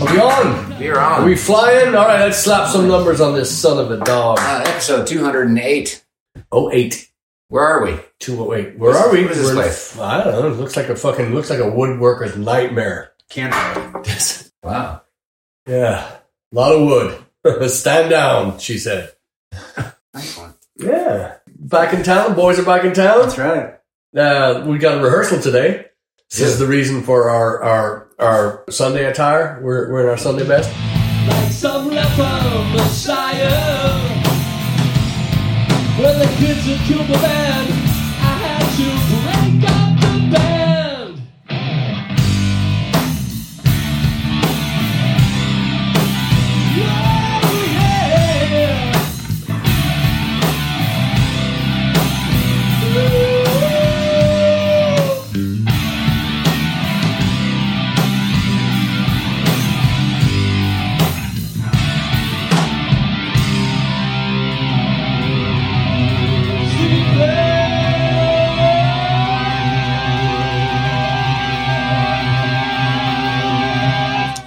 we on? We're Are on. we flying? All right, let's slap some numbers on this son of a dog. uh, episode 208. Oh eight. Where are we? Two oh eight. Where are we? What is this We're in- place? I don't know. It looks like a fucking looks like a woodworker's nightmare. Canada. Wow. Yeah. A lot of wood. Stand down, she said. Nice one. Yeah. Back in town. Boys are back in town. That's right. Uh, we got a rehearsal today. This is the reason for our, our, our Sunday attire. We're, we're in our Sunday best. like some leper messiah. When the kids had killed the band, I had to break up the band. Oh, yeah. Ooh.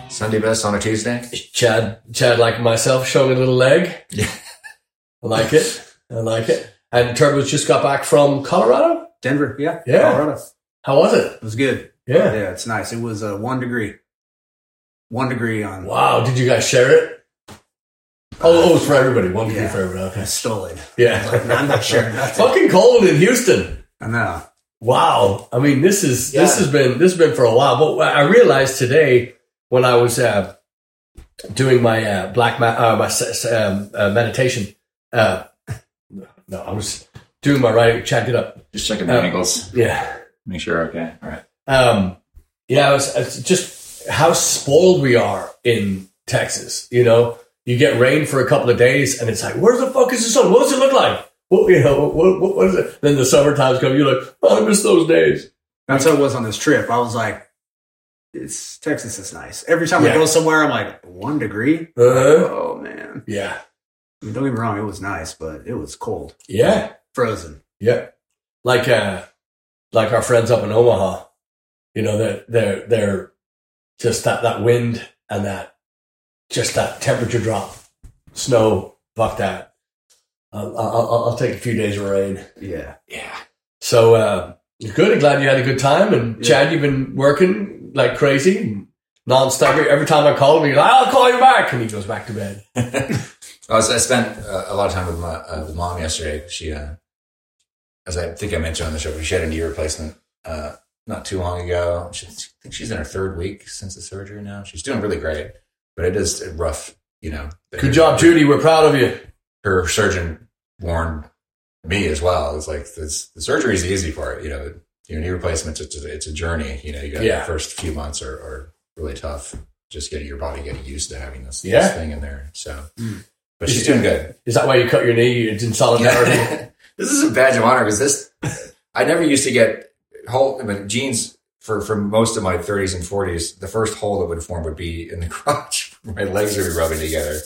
Sunday best on a Tuesday? Chad, Chad, like myself, showing a little leg. Yeah. I like it. I like it. And Turbo's just got back from Colorado. Denver. Yeah. Yeah. Colorado. How was it? It was good. Yeah. Yeah, it's nice. It was uh, one degree. One degree on. Wow. Did you guys share it? Oh, oh, it's for everybody. One degree Yeah. for everybody. Okay. I stole it. Yeah. I'm not sure. Nothing. Fucking cold in Houston. I know. Wow. I mean, this is this Yeah. has been this has been for a while. But I realized today when I was uh, doing my uh, black ma- uh, my s- s- um, uh, meditation. Uh, no, I was doing my writing. Chad, get up. Just checking the the Um, angles. Yeah. Make sure okay. All right. um, yeah, it's, it's just how spoiled we are in Texas. You know, you get rain for a couple of days, and it's like, where the fuck is the sun? What does it look like? What you know? What, what, what is it? Then the summer times come. You're like, oh, I miss those days. That's how it was on this trip. I was like, it's Texas is nice. Every time Yeah. I go somewhere, I'm like, one degree? Uh-huh. Oh, man. Yeah, I mean, don't get me wrong. It was nice, but it was cold. yeah, Frozen. yeah. Like, uh, like our friends up in Omaha. You know, they're they're they're just that that wind and that just that temperature drop, snow. Fuck that. I'll, I'll, I'll- I'll take a few days of rain. Yeah. Yeah. So uh, good. I'm glad you had a good time. And Yeah. Chad, you've been working like crazy, non-stop. Every time I call him, he goes, "I'll call you back," and he goes back to bed. I, was, I spent uh, a lot of time with my uh, with mom yesterday. She, uh, as I think I mentioned on the show, she had a knee replacement uh, not too long ago. She, I think she's in her third week since the surgery now. She's doing really great, but it is rough, you know. Good job, Judy. We're proud of you. her surgeon warned me as well. It's like this, the surgery is the easy part, you know. Your knee replacements, it's a, it's a journey. You know, you got Yeah. the first few months are, are really tough. Just getting your body getting used to having this, Yeah. this thing in there. So, Mm. but she's doing good. Is that why you cut your knee? It's in solidarity. this is a badge of honor because this. I never used to get hole. I mean, jeans for for most of my 30s and 40s. The first hole that would form would be in the crotch. my legs would be rubbing together.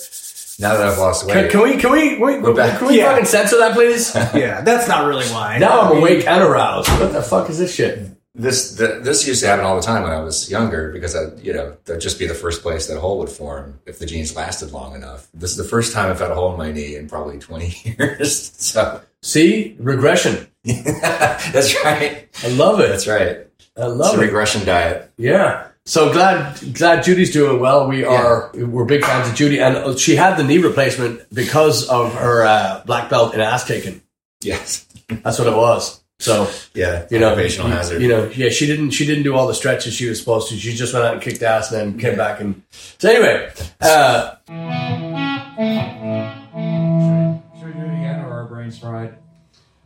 Now that I've lost Can, weight, can we? Can we? Wait, We're back. can we Yeah. fucking censor that, please? Yeah. That's not really why. now I I'm mean, awake and aroused. What the fuck is this shit? this the, this used to happen all the time when I was younger because I you know that'd just be the first place that hole would form if the jeans lasted long enough. This is the first time I've had a hole in my knee in probably twenty years. So See regression. that's right, I love it. that's right. I It's love a it. regression diet. Yeah. So glad glad Judy's doing well. We are we're big fans of Judy, and she had the knee replacement because of her uh, black belt in ass kicking. Yes, That's what it was. So yeah. you know, occupational you, hazard. You know, yeah, she didn't she didn't do all the stretches she was supposed to. She just went out and kicked ass, and then came back and. So anyway, uh, Should we do it again or our brains fried?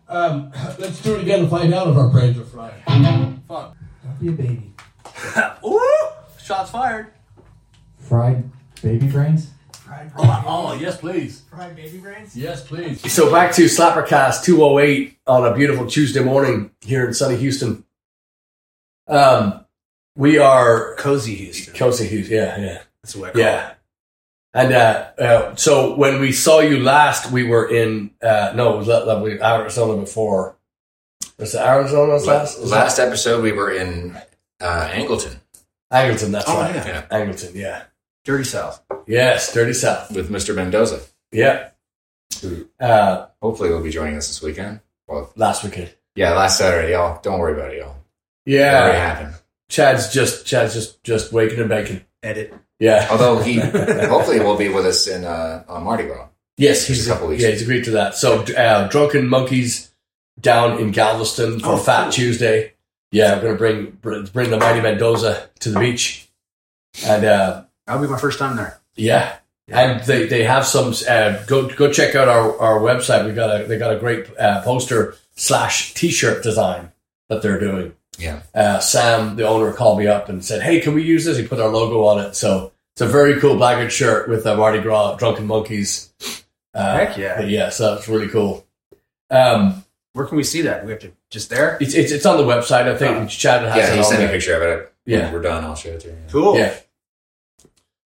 Um, let's do it again and find out if our brains are fried. Fuck. Don't be a baby. ooh, shots fired. Fried baby brains? Oh, oh, yes, please. Fried baby brains? Yes, please. So back to Slappercast 208 on a beautiful Tuesday morning here in sunny Houston. Um, we are Cozy Houston. Kelsey Hughes. Yeah, yeah, That's what I call yeah. And uh, uh, so when we saw you last, we were in uh, no, it was not- like, we- Arizona before. Was it Arizona was last, last? Was that- last episode we were in uh, Angleton. Angleton. That's Oh, right. yeah. Angleton. Yeah. Dirty South. Yes, Dirty South. with Mr. Mendoza, Yeah. who Mm. Uh, hopefully will be joining us this weekend. Well, last weekend. yeah, last Saturday, y'all. Don't worry about it, y'all. It Yeah. already happened. Chad's just Chad's just just waking and baking. Edit. Yeah. Although he hopefully will be with us in uh, on Mardi Gras. Yes, Just he's a couple weeks. yeah he's agreed to that. So uh, drunken monkeys down in Galveston for Oh, Fat cool. Tuesday. Yeah, we're gonna bring br- bring the mighty Mendoza to the beach, and uh, That'll be my first time there. yeah, and they, they have some uh, go go check out our, our website. We got a they got a great uh, poster slash t shirt design that they're doing. Yeah. uh, Sam, the owner, called me up and said, "Hey, can we use this?" He put our logo on it, so it's a very cool blackguard shirt with a Mardi Gras drunken monkeys. Uh, Heck yeah. but yeah, so that's really cool. Um, Where can we see that? We have to just there. it's, it's it's on the website. I think Chad has Oh. Yeah, it he on sent me a there. picture of it. When Yeah. we're done. I'll show it to you. Cool. Yeah.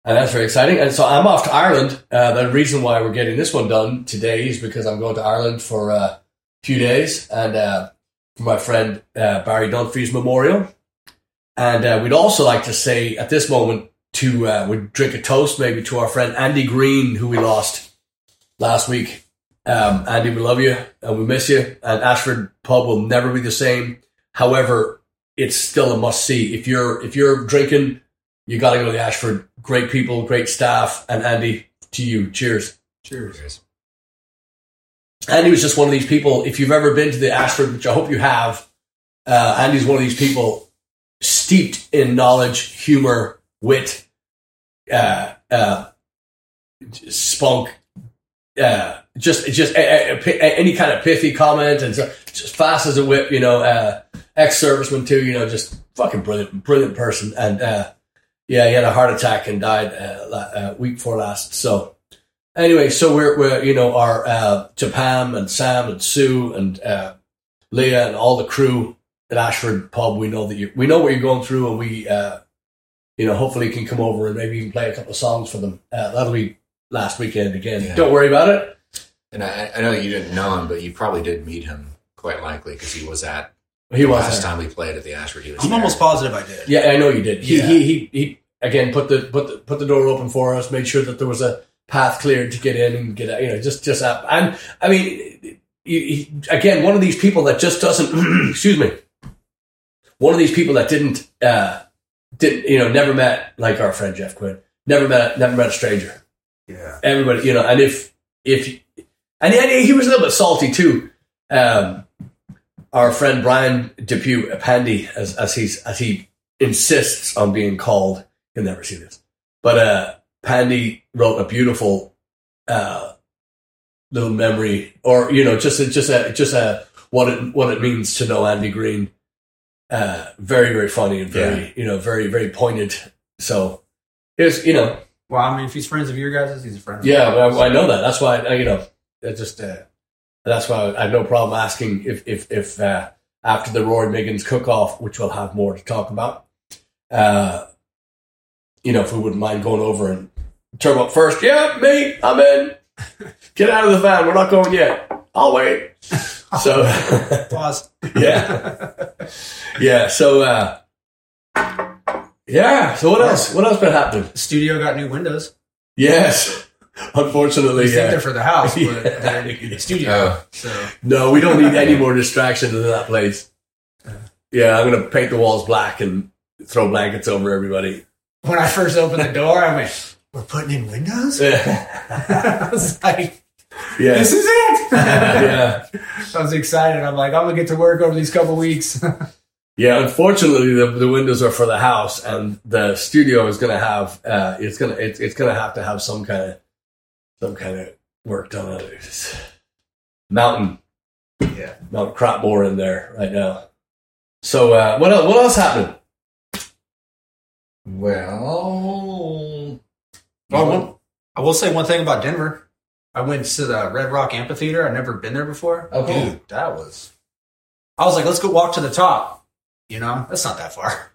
And that's very exciting. And so I'm off to Ireland. Uh, the reason why we're getting this one done today is because I'm going to Ireland for uh, a few days and uh, for my friend uh, Barry Dunphy's memorial. And uh, we'd also like to say at this moment to uh, we drink a toast maybe to our friend Andy Green, who we lost last week. Um, Andy, we love you and we miss you. And Ashford Pub will never be the same. However, it's still a must see. If you're if you're drinking you got to go to the Ashford. Great people, great staff, and Andy to you. Cheers. Cheers. Cheers. Andy was just one of these people. If you've ever been to the Ashford, which I hope you have, uh, Andy's one of these people steeped in knowledge, humor, wit, uh, uh, spunk, uh, just just a, a- a pi- a- any kind of pithy comment, and so, just fast as a whip. You know, uh, ex-serviceman too. You know, just fucking brilliant, brilliant person, and. Uh, yeah, he had a heart attack and died uh, la- uh, week before last. So anyway, so we're, we're you know our uh, Japan and Sam and Sue and uh, Leah and all the crew at Ashford Pub. We know that you we know what you're going through, and we uh, you know hopefully can come over and maybe even play a couple of songs for them. Uh, that'll be last weekend again. Yeah. Don't worry about it. And I, I know you didn't know him, but you probably did meet him quite likely because he was at He was last there. time we played at the Ashford. He was I'm there. almost positive I did. Yeah, I know you did. He, Yeah. he he he again put the put the put the door open for us, made sure that there was a path cleared to get in and get out. You know, just just up. And I mean, you, he, again, one of these people that just doesn't. excuse me. One of these people that didn't uh, didn't you know never met like our friend Jeff Quinn. Never met never met a stranger Yeah. everybody, you know, and if if and, and he was a little bit salty too. Um, our friend Brian Depew Pandy, as as he's as he insists on being called, you'll never see this. But uh, Pandy wrote a beautiful uh, little memory, or you know, just a, just a just a what it what it means to know Andy Green. Uh, very very funny and very you know very very poignant. So it's you know Well, I mean, if he's friends of your guys, he's a friend. Of yeah, mine. well, I, I know that. That's why I, you know, I just uh, that's why I have no problem asking if if if uh, after the Rory Miggins cook off, which we'll have more to talk about, uh, you know, if we wouldn't mind going over and turn up first. Yeah, me, I'm in. Get out of the van. We're not going yet. I'll wait. So Pause. yeah, yeah. So uh, yeah. So what else? What else been happening? Studio got new windows. Yes, unfortunately, uh, You yeah. think they're for the house, but Yeah. they're in the studio. Oh. So No, we don't need any more distractions in that place. Yeah, I'm gonna paint the walls black and throw blankets over everybody. when I first opened the door, I went, "We're putting in windows." yeah, I was like, yeah, "This is it." yeah. I was excited. I'm like, I'm gonna get to work over these couple weeks. Unfortunately, the, the windows are for the house, and the studio is gonna have uh, it's gonna it's, it's gonna have to have some kind of some kind of work done on it. It's Mountain, yeah. Mount Crapmore in there right now. So uh, what else? What else happened? Well, Well, one, I will say one thing about Denver. I went to the Red Rock Amphitheater. I'd never been there before. Oh, cool. Dude, that was. I was like, let's go walk to the top. You know, that's not that far.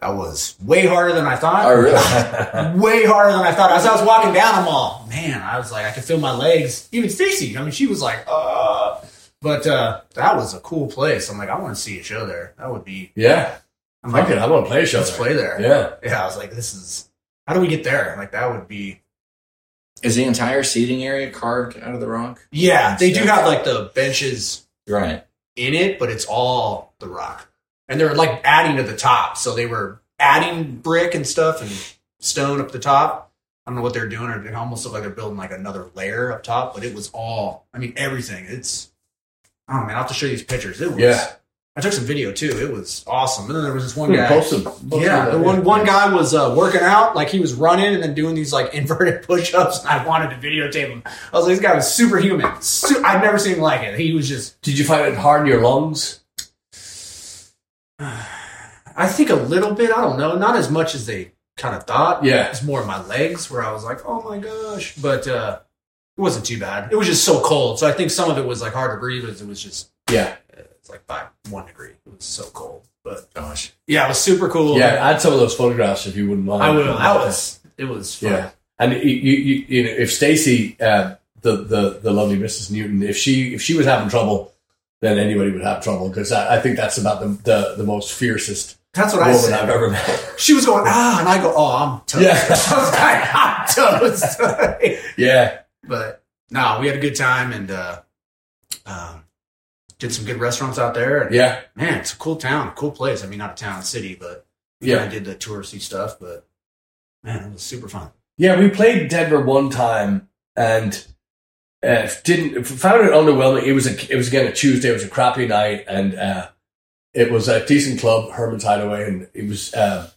That was way harder than I thought. Oh, really? way harder than I thought. As I was walking down, I'm all, man, I was like, I could feel my legs. Even Stacy, I mean, she was like, uh. But uh, that was a cool place. I'm like, I want to see a show there. That would be. yeah, I'm fuck like, it, I want to play a show. let's there. play there. Yeah. Yeah, I was like, this is. How do we get there? Like that would be. Is the entire seating area carved out of the rock? Yeah, they do have like the benches Right. in it, but it's all the rock, and they're like adding to the top. So they were adding brick and stuff and stone up the top. I don't know what they're doing, or it almost looked like they're building like another layer up top. But it was all. I mean, everything. It's. Oh man, I'll have to show you these pictures. It was. Yeah. I took some video too. It was awesome. And then there was this one Hmm, guy. post them. Post them Yeah, there, the one one guy was uh, working out, like he was running and then doing these like inverted push-ups. And I wanted to videotape him. I was like, this guy was superhuman. Su- I've never seen him like it. He was just, Did you find it hard in your lungs? I think a little bit. I don't know, not as much as they kind of thought. Yeah. it's more my legs where I was like, oh my gosh, but uh, it wasn't too bad. It was just so cold, so I think some of it was like hard to breathe. as It was just Yeah. it's like by one degree. It was so cold, but Gosh. yeah, it was super cool. Yeah. Add some of those photographs if you wouldn't mind. I will. That was it was fun. Yeah, and you, you, you, you know, if Stacy, uh, the, the the lovely Mrs. Newton, if she if she was having trouble, then anybody would have trouble because I, I think that's about the the, the most fiercest That's what I woman said. I've ever met. She was going, ah, and I go, oh, I'm toast. Yeah. I was like, I'm toast. yeah, but no, we had a good time and uh, um, did some good restaurants out there. And, yeah, Man, it's a cool town, cool place. I mean, not a town, city, but I yeah, did the touristy stuff, but man, it was super fun. yeah. We played Denver one time and uh, didn't found it underwhelming. It was a it was again a Tuesday. It was a crappy night, and uh, it was a decent club, Herman's Hideaway, and it was. Uh,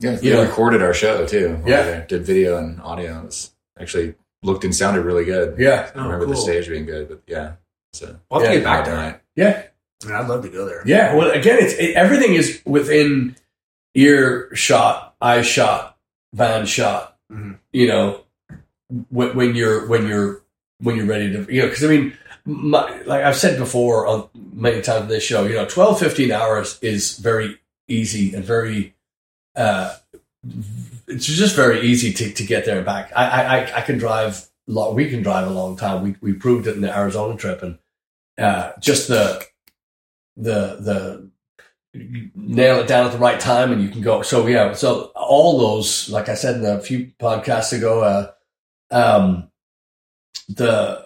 Yeah, they Yeah. recorded our show too. over Yeah. there. did video and audio. It was actually looked and sounded really good. yeah, I remember Oh, the cool. stage being good, but yeah. So We'll have Yeah, to get back to it. night. yeah. I mean, I'd love to go there. Yeah. Well, again, it's it, everything is within ear shot, eye shot, band shot. Mhm. You know, when, when you're when you're when you're ready to, you know, because I mean, my, like I've said before on many times on this show, you know, 12, 15 hours is very easy and very. uh it's just very easy to, to get there and back. I, I I- I can drive. a lot. We can drive a long time. We we proved it in the Arizona trip, and uh, just the the the you nail it down at the right time and you can go so yeah so all those like i said in a few podcasts ago uh um the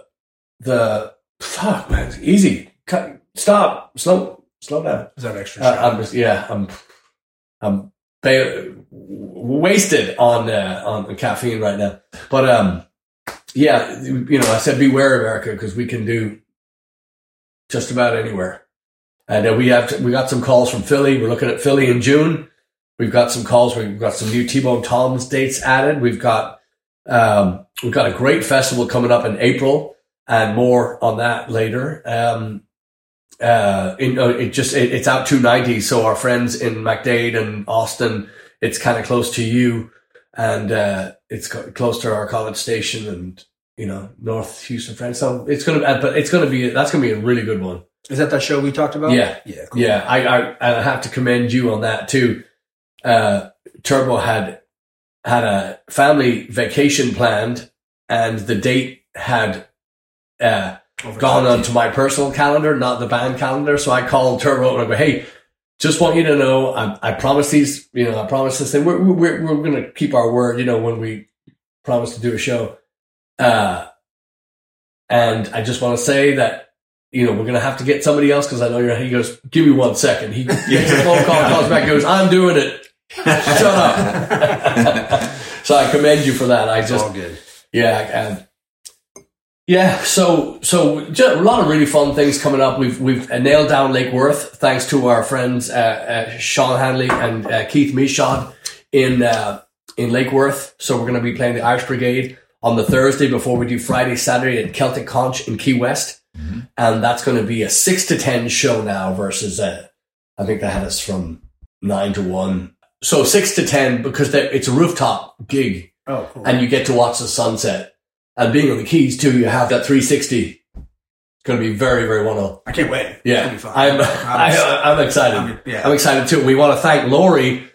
the fuck man it's easy Cut, stop slow slow down Is that an extra uh, shot? i'm just yeah i'm i'm ba- wasted on uh, on the caffeine right now but um yeah you know i said beware america because we can do just about anywhere. And uh, we have we got some calls from Philly. We're looking at Philly in June. We've got some calls. We've got some new T-Bone Tom's dates added. We've got um, we've got a great festival coming up in April, and more on that later. Um, uh, in, uh, it just it, it's out two ninety. So our friends in McDade and Austin, it's kind of close to you, and uh, it's co- close to our college station, and you know North Houston friends. So it's gonna uh, but it's gonna be that's gonna be a really good one. Is that that show we talked about? Yeah. Yeah. cool. Yeah, I, I and I have to commend you on that too. Uh, Turbo had had a family vacation planned, and the date had uh, Over gone time. onto my personal calendar, not the band calendar. So I called Turbo and I go, "Hey, just want you to know, I, I promise these, you know, I promise this thing. We're we're we're going to keep our word, you know, when we promise to do a show. Uh, and I just want to say that." You know, we're gonna have to get somebody else because I know you're. He goes, "Give me one second. He gets a phone call, calls back, goes, "I'm doing it. Shut up." so I commend you for that. I It's just, all good. yeah, and yeah, so so ju- a lot of really fun things coming up. We've we've uh, nailed down Lake Worth thanks to our friends uh, uh, Sean Hanley and uh, Keith Meshod in uh, in Lake Worth. So we're going to be playing the Irish Brigade on the Thursday before we do Friday Saturday at Celtic Conch in Key West, and that's going to be a six to ten show now versus uh, I think they had us from nine to one. So six to ten because they- it's a rooftop gig Oh, cool. and you get to watch the sunset. And being on the keys too, you have that 360. It's going to be very, very wonderful. I can't wait. It'll Yeah, be fun. I'm, I, I'm excited. I'm- yeah. I'm excited too. We want to thank Lori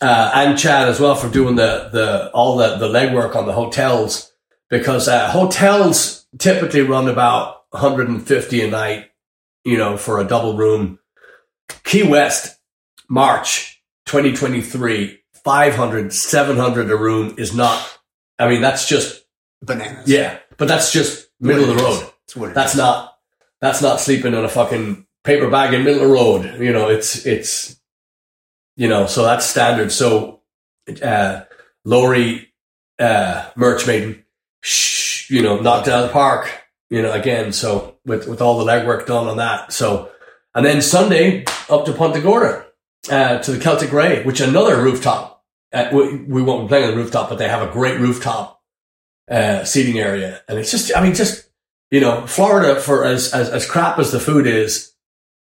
uh, and Chad as well for doing the the all the the legwork on the hotels because uh, hotels typically run about 150 a night, you know, for a double room. Key West, March 2023, 500, 700 a room is not, I mean, that's just, Bananas. yeah, but that's just middle of the road. That's what it That's is. not, that's not sleeping in a fucking paper bag in middle of the road. You know, it's, it's, you know, so that's standard. So, uh, Lori, uh, Merchmaiden, sh- you know, knocked it out of the park, you know, again. So with, with all the legwork done on that. So, and then Sunday up to Ponte Gorda uh, to the Celtic Ray, which another rooftop. Uh, we, we won't be playing on the rooftop, but they have a great rooftop uh, seating area, and it's just, I mean, just you know, Florida for as, as as crap as the food is,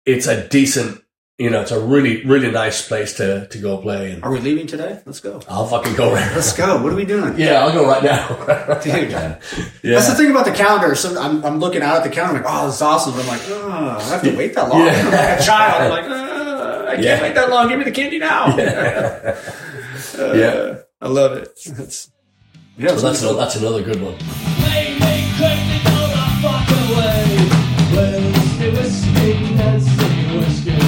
it's a decent, you know, it's a really really nice place to to go play, and Are we leaving today? Let's go. I'll fucking go right. Let's go. What are we doing? Yeah, I'll go right now. Dude, that's the yeah. thing about the calendar. So I'm, I'm looking out at the calendar, like, oh, this is awesome. But I'm like, oh, I have to wait that long. Yeah. I'm like a child. I'm like, "Ah, I can't Yeah. wait that long. Give me the candy now. Uh, Yeah. I love it. That's, yeah, So that's another, that's another good one. Make me crazy, don't I fuck away. Whiskey, whiskey, Nancy, whiskey.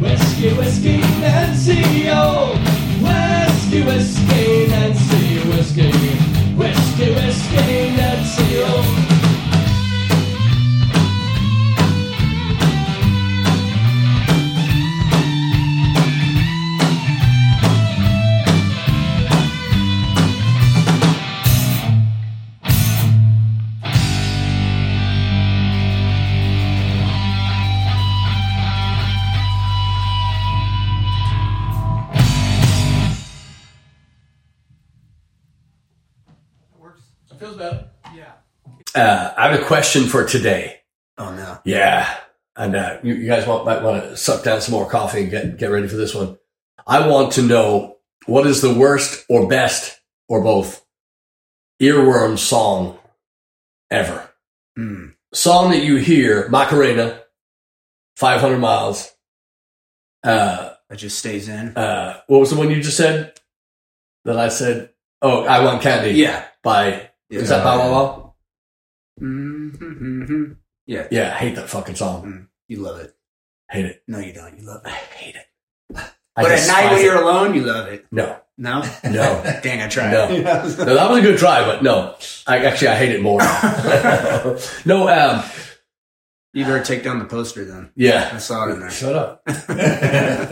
Whiskey, whiskey, Nancy, oh. Whiskey, whiskey, Nancy, whiskey. Whiskey, whiskey, Nancy, oh. It feels better. Uh, I have a question for today. Oh, no. Yeah, and uh, you, you guys want, might want to suck down some more coffee and get get ready for this one. I want to know what is the worst or best or both earworm song ever. Mm. Song that you hear Macarena, five hundred miles. Uh, That just stays in. uh, what was the one you just said? That I said. Oh, I want candy. Yeah. By is Yeah. that Bow Wow Wow? Mm-hmm. Yeah. Yeah, I hate that fucking song. You love it. Hate it. No, you don't. You love I it. hate it. I But at night despise when it. you're alone, you love it. no. No? No. Dang, I tried. No. No, that was a good try, but no. I actually I hate it more. no, um, you better take down the poster then. I yeah. saw it in there. Shut up,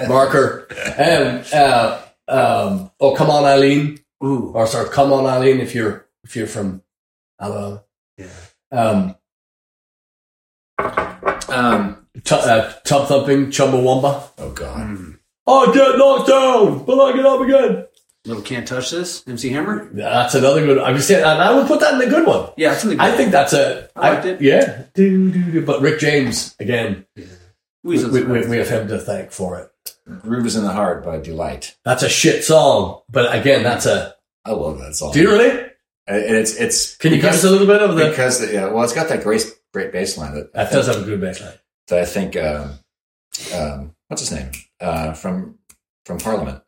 marker. Um, uh, um, oh, come on, Eileen, Ooh. or sorry, come on, Eileen, if you're if you're from Alabama. Yeah. Um, Um, tu uh, tub thumping, Chumbawamba. oh God. Mm. I get knocked down, but I get up again. Little can't touch this. MC Hammer. That's another good. I would say, and I would put that in the good one. Yeah, it's really good. I think that's a. I liked it. Yeah. Do, do, do. But Rick James again. We, Weasel's we, about we, it. we have him to thank for it. Groove is in the heart by Delight. That's a shit song, but again, that's a. I love that song. Do you really? And it's it's Can you give us a little bit of the? because yeah, well, it's got that great great bass line that That does have a good bass line. that I think um, um, what's his name uh, from from Parliament.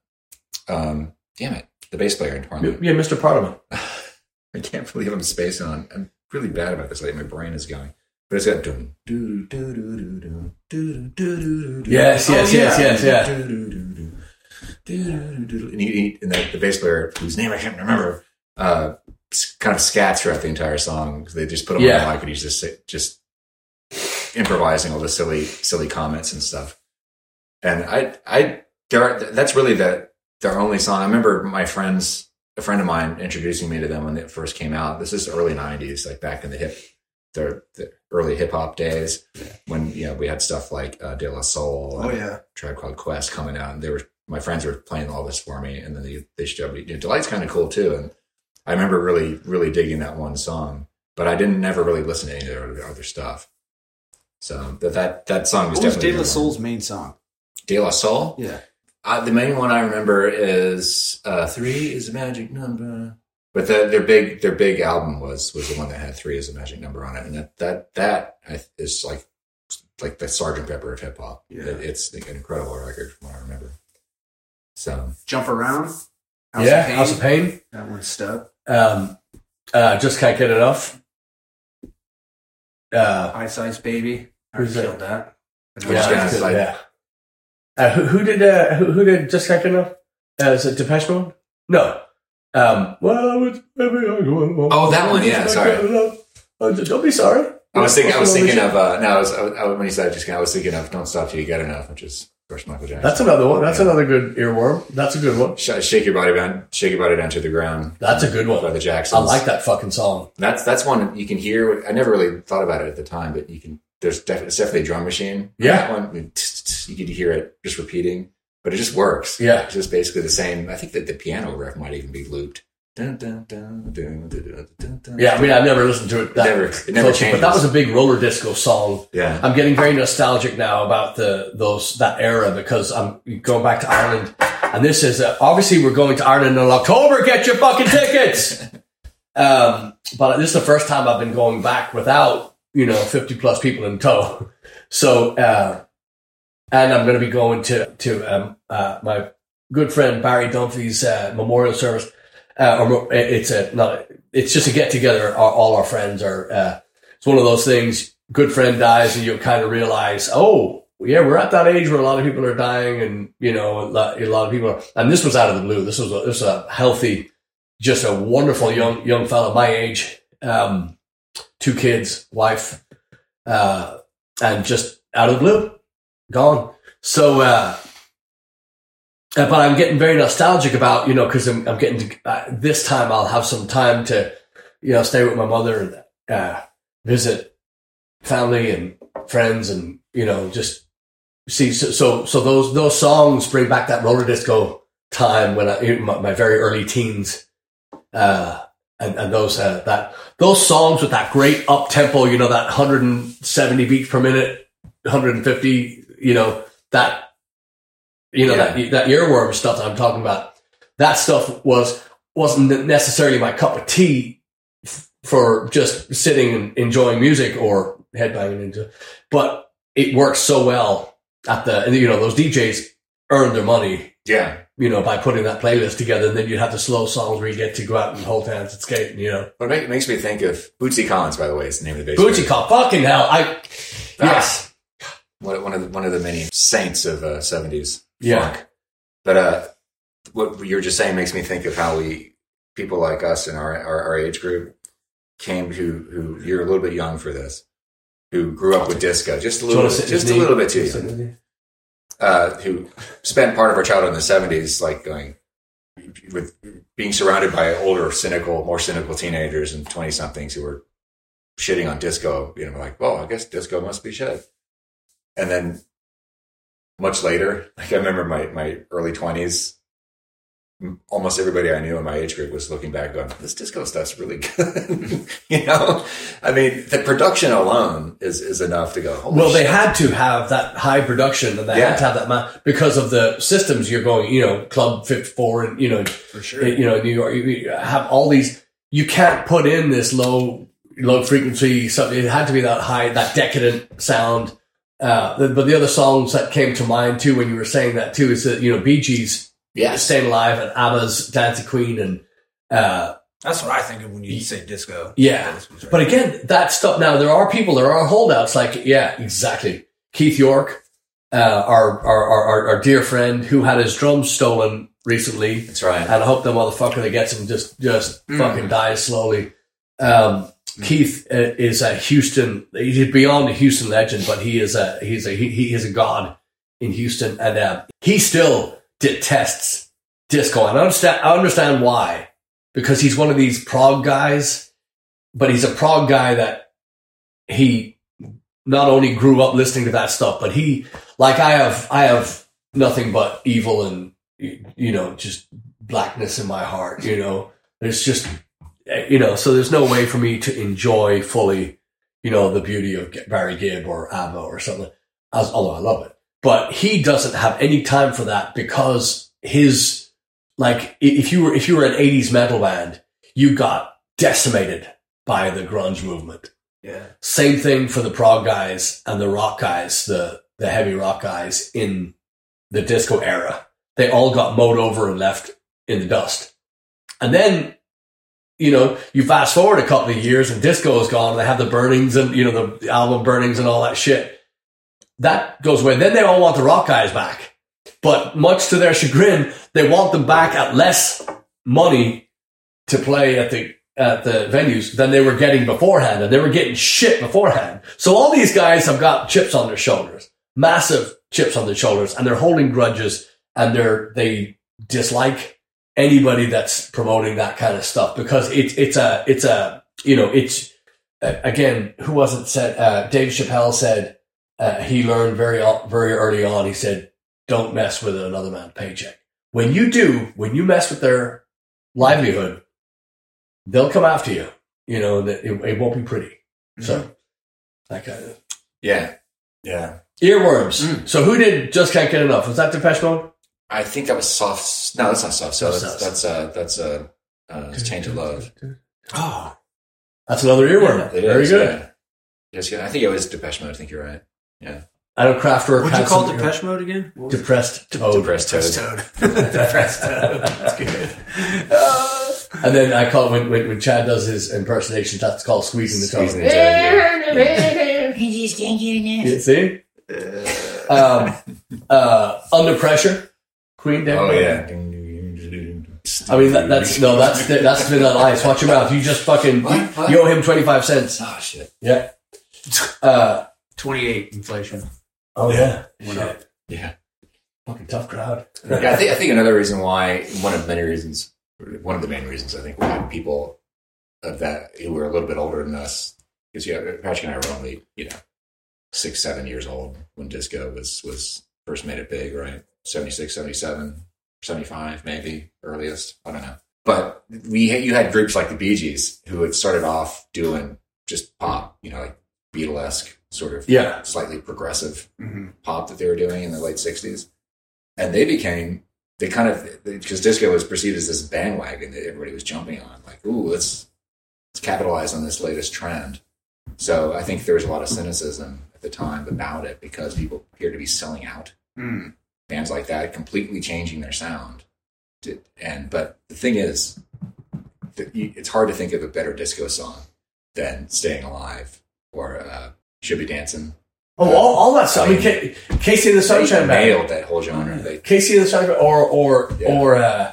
Um, damn it, the bass player in Parliament. Yeah, Mr. Parliament. I can't believe I'm spacing on. I'm really bad about this. Like my brain is going, but it's got dun doo doo doo doo doo doo doo doo doo. Yes, yes, Oh, yes, yeah. yes, yeah. Doo, doo, doo, doo. Doo, doo, doo, doo. And, he, he, and the, the bass player, whose name I can't remember, uh, s- kind of scats throughout the entire song. They just put him on Yeah. the mic, and he's just si- just improvising all the silly silly comments and stuff. And I I there are, that's really the their only song. I remember my friends, a friend of mine, introducing me to them when it first came out. This is early '90s, like back in the hip, the, the early hip hop days when you know we had stuff like uh, De La Soul. Oh and- yeah. Tribe Called Quest coming out, and they were my friends were playing all this for me, and then they they showed me. You know, Delight's kind of cool too, and I remember really really digging that one song, but I didn't never really listen to any of their other stuff. So that that that song was What was definitely De La a good one. Soul's main song? De La Soul. Yeah. Uh, the main one I remember is uh, three is a magic number. But the, their big their big album was was the one that had three as a magic number on it, and that that that I th- is like like the Sergeant Pepper of hip hop. Yeah. It- it's an incredible record from what I remember. So Jump Around. House of yeah, Pain? House of Pain. That one stuck. Um, uh, just can't get enough. Uh, Ice Ice Baby. I Who's that? killed that. yeah, just that's guys, good, like- yeah. Uh, who, who did uh, who, who did just can't get enough? Uh, is it Depeche Mode? No. Um, well, it's maybe I go on. Oh, that one, yeah, sorry. Uh, Don't be sorry. I was thinking. I was thinking of. Uh, no, I was, I, was- I, was- when you said just now, I was thinking of "Don't Stop Till You Get Enough," which is of course Michael Jackson. That's another one. That's Yeah. another good earworm. That's a good one. Sh- shake your body down, shake your body down to the ground. That's a good by one. the Jacksons. I like that fucking song. That's that's one you can hear. I never really thought about it at the time, but you can. There's def- it's definitely a drum machine. Yeah. that one I mean, tss, tss, you could hear it just repeating, but it just works. Yeah. it's just basically the same. I think that the piano riff might even be looped. Dun, dun, dun, dun, dun, dun, dun, dun. Yeah, I mean, I've never listened to it. That never- it never closely, But that changes. was a big roller disco song. yeah. I'm getting very nostalgic now about the those that era because I'm going back to Ireland, and this is uh, obviously we're going to Ireland in October. Get your fucking tickets. um, but this is the first time I've been going back without you know 50 plus people in tow. So, uh, and I'm going to be going to to um, uh, my good friend Barry Dunphy's uh, memorial service. Uh, or mo- it's a not. It's just a get together. All our friends are. Uh, it's one of those things good friend dies and you kind of realize oh yeah we're at that age where a lot of people are dying and you know a lot, a lot of people are and this was out of the blue this was a, this was a healthy just a wonderful young young fella my age um, two kids wife uh, and just out of the blue gone so uh, uh, but i'm getting very nostalgic about you know because I'm, I'm getting to, uh, this time i'll have some time to you know stay with my mother and uh, visit family and friends and you know just see so so, so those those songs bring back that roller disco time when I in my, my very early teens uh and, and those uh, that those songs with that great up tempo you know that 170 beats per minute 150 you know that you know that that earworm stuff that I'm talking about that stuff was wasn't necessarily my cup of tea for just sitting and enjoying music or headbanging into, but it works so well at the, and you know, those DJs earn their money, Yeah. you know, by putting that playlist together. And then you have the slow songs where you get to go out and hold hands and skate, and, you know, Well, it make- makes me think of Bootsy Collins, by the way, is the name of the bass. Gucci player. cop, fucking hell. I, Ah. yes. One, one of the, one of the many saints of uh, 70s Yeah. funk. But uh, what you were just saying makes me think of how we, people like us in our, our, our age group, came who, who, you're a little bit young for this, who grew up with disco, just a Do you little, wanna sit bit, in his just a knee? little bit too Sit young. in his knee. uh, who spent part of our childhood in the seventies, like going with being surrounded by older, cynical, more cynical teenagers and twenty somethings who were shitting on disco. You know, like, well, I guess disco must be shit. And then much later, like I remember my my early twenties. Almost everybody I knew in my age group was looking back, going, "This disco stuff's really good." you know, I mean, the production alone is is enough to go. Holy Well, they shit. had to have that high production and they Yeah. had to have that ma- because of the systems you're going, you know, Club 54 and, you know, for Uh, sure. you know New York. You you have all these. You can't put in this low low frequency something. It had to be that high, that decadent sound. Uh, the- but the other songs that came to mind too when you were saying that too is that you know Bee Gees, yes, Staying Alive, and ABBA's Dancing Queen, and uh, That's what I think of when you say disco. Yeah. but again that stuff. Now there are people, there are holdouts like yeah, exactly Keith York, uh, our, our our our dear friend who had his drums stolen recently. that's right. and I hope the motherfucker that gets him just just fucking dies slowly. Um, Keith uh, is a Houston. He's beyond a Houston legend, but he is a he's a he, he is a god in Houston, and uh, he still detests disco. And I understand I understand why because he's one of these prog guys, but he's a prog guy that he not only grew up listening to that stuff, but he like I have I have nothing but evil and you you know just blackness in my heart. You know, there's just you know, so there's no way for me to enjoy fully, you know, the beauty of Barry Gibb or ABBA or something. As, although I love it, but he doesn't have any time for that because his like i- if you were if you were an '80s metal band, you got decimated by the grunge movement. yeah. Same thing for the prog guys and the rock guys, the the heavy rock guys in the disco era. They all got mowed over and left in the dust. And then, you know, you fast forward a couple of years and disco is gone. They have the burnings and you know the album burnings and all that shit. That goes away. Then they all want the rock guys back. But much to their chagrin, they want them back at less money to play at the at the venues than they were getting beforehand, and they were getting shit beforehand. So all these guys have got chips on their shoulders, massive chips on their shoulders, and they're holding grudges, and they're they dislike anybody that's promoting that kind of stuff because it's it's a it's a you know it's uh, again who was it said uh, Dave Chappelle said uh, he learned very o- very early on he said don't mess with another man's paycheck when you do when you mess with their livelihood they'll come after you you know that it, it won't be pretty Mm-hmm. so that kind of Yeah. Yeah. earworms Mm. so who did just can't get enough was that Depeche Mode I think that was soft. No, that's not soft. So That's that's that's uh, that's uh, uh, change of love. oh that's another earworm It very is, good Yeah. Yes, yeah. I think it was Depeche Mode. I think you're right. I know Kraftwerk What'd you had call some- Depeche Mode again? What was it? depressed Oh, toad Depressed Depressed Toad. Toad. Depressed Toad. That's good. And then I call it when, when, when Chad does his impersonation, that's called squeezing the Squeezing toe. the toad, yeah. You See? Um, uh, under pressure, Queen Dave. Oh yeah. I mean that, that's no, that's that's been on ice. Watch your mouth. You just fucking you, What? What? you owe him twenty five cents. Oh shit. Yeah. Uh, 28 inflation. oh yeah. Went up. Shit. Yeah. Fucking tough crowd. yeah, I think I think another reason why one of many reasons, one of the main reasons I think why people of that who were a little bit older than us because yeah, Patrick and I were only you know six seven years old when disco was was first made it big, right? 76, 77, 75 maybe earliest. I don't know, but we you had groups like the Bee Gees who had started off doing just pop, you know, like Beatlesque sort of Yeah. slightly progressive Mhm. pop that they were doing in the late 60s and they became they kind of because disco was perceived as this bandwagon that everybody was jumping on like ooh let's let's capitalize on this latest trend so i think there was a lot of cynicism at the time about it because people appeared to be selling out Mm. bands like that completely changing their sound to, and but the thing is that you, it's hard to think of a better disco song than staying alive or uh, should be dancing Oh, all, all that stuff. I mean, Ca- Casey and the Sunshine they Band. nailed that whole genre they Casey and the Sunshine Band, or or Yeah. or. Uh,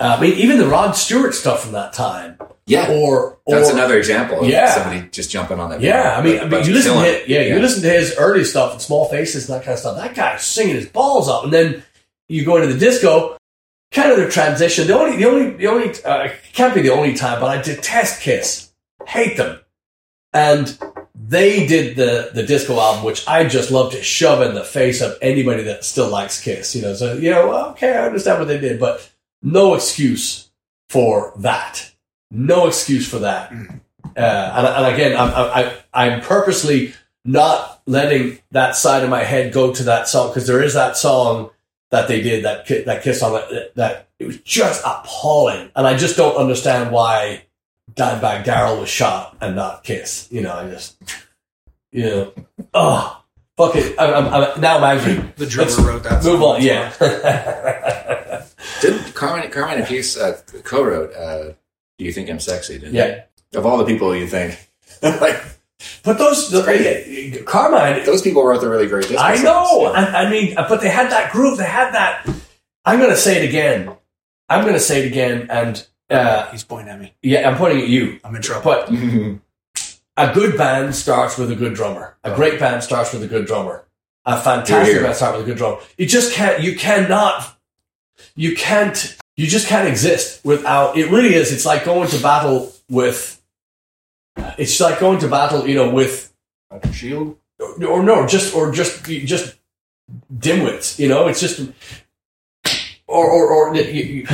I mean, even the Rod Stewart stuff from that time. yeah Or, or That's another example of Yeah. somebody just jumping on that. Yeah, I mean, but- I mean, but you listen to killing his, it. yeah, you listen to his early stuff and small faces and that kind of stuff. That guy's singing his balls off, and then you go into the disco, kind of the transition. The only, the only, the only uh, it can't be the only time, but I detest Kiss, hate them, and they did the the disco album, which I just love to shove in the face of anybody that still likes Kiss. You know, so you know, well, okay, I understand what they did, but no excuse for that. No excuse for that Mm. uh, and, and again, I'm, I, I- I'm purposely not letting that side of my head go to that song because there is that song that they did that ki- that kiss on that, that it was just appalling, and I just don't understand why Dimebag Darrell was shot and not Kiss. You know, I just you know, oh fuck it. I'm, I'm, I'm, now I'm angry. The drummer Let's wrote that. Move song. on. Yeah, Didn't Carmen Carmen and Peace uh, co-wrote uh, "Do You Think I'm Sexy"? Didn't yeah. they? Of all the people, you think like But those Carmine those people wrote the really great. disco I songs. know. Yeah. I, I mean, but they had that groove. They had that. I'm going to say it again. I'm going to say it again. And uh, He's pointing at me. yeah, I'm pointing at you. I'm in trouble. But a good band starts with a good drummer. A great band starts with a good drummer. A fantastic Hear, hear. band starts with a good drummer. You just can't. You cannot. You can't. You just can't exist without. It really is. It's like going to battle with. It's like going to battle, you know, with Shield. or no, just or just just dimwits. You know, it's just or or, or you, you,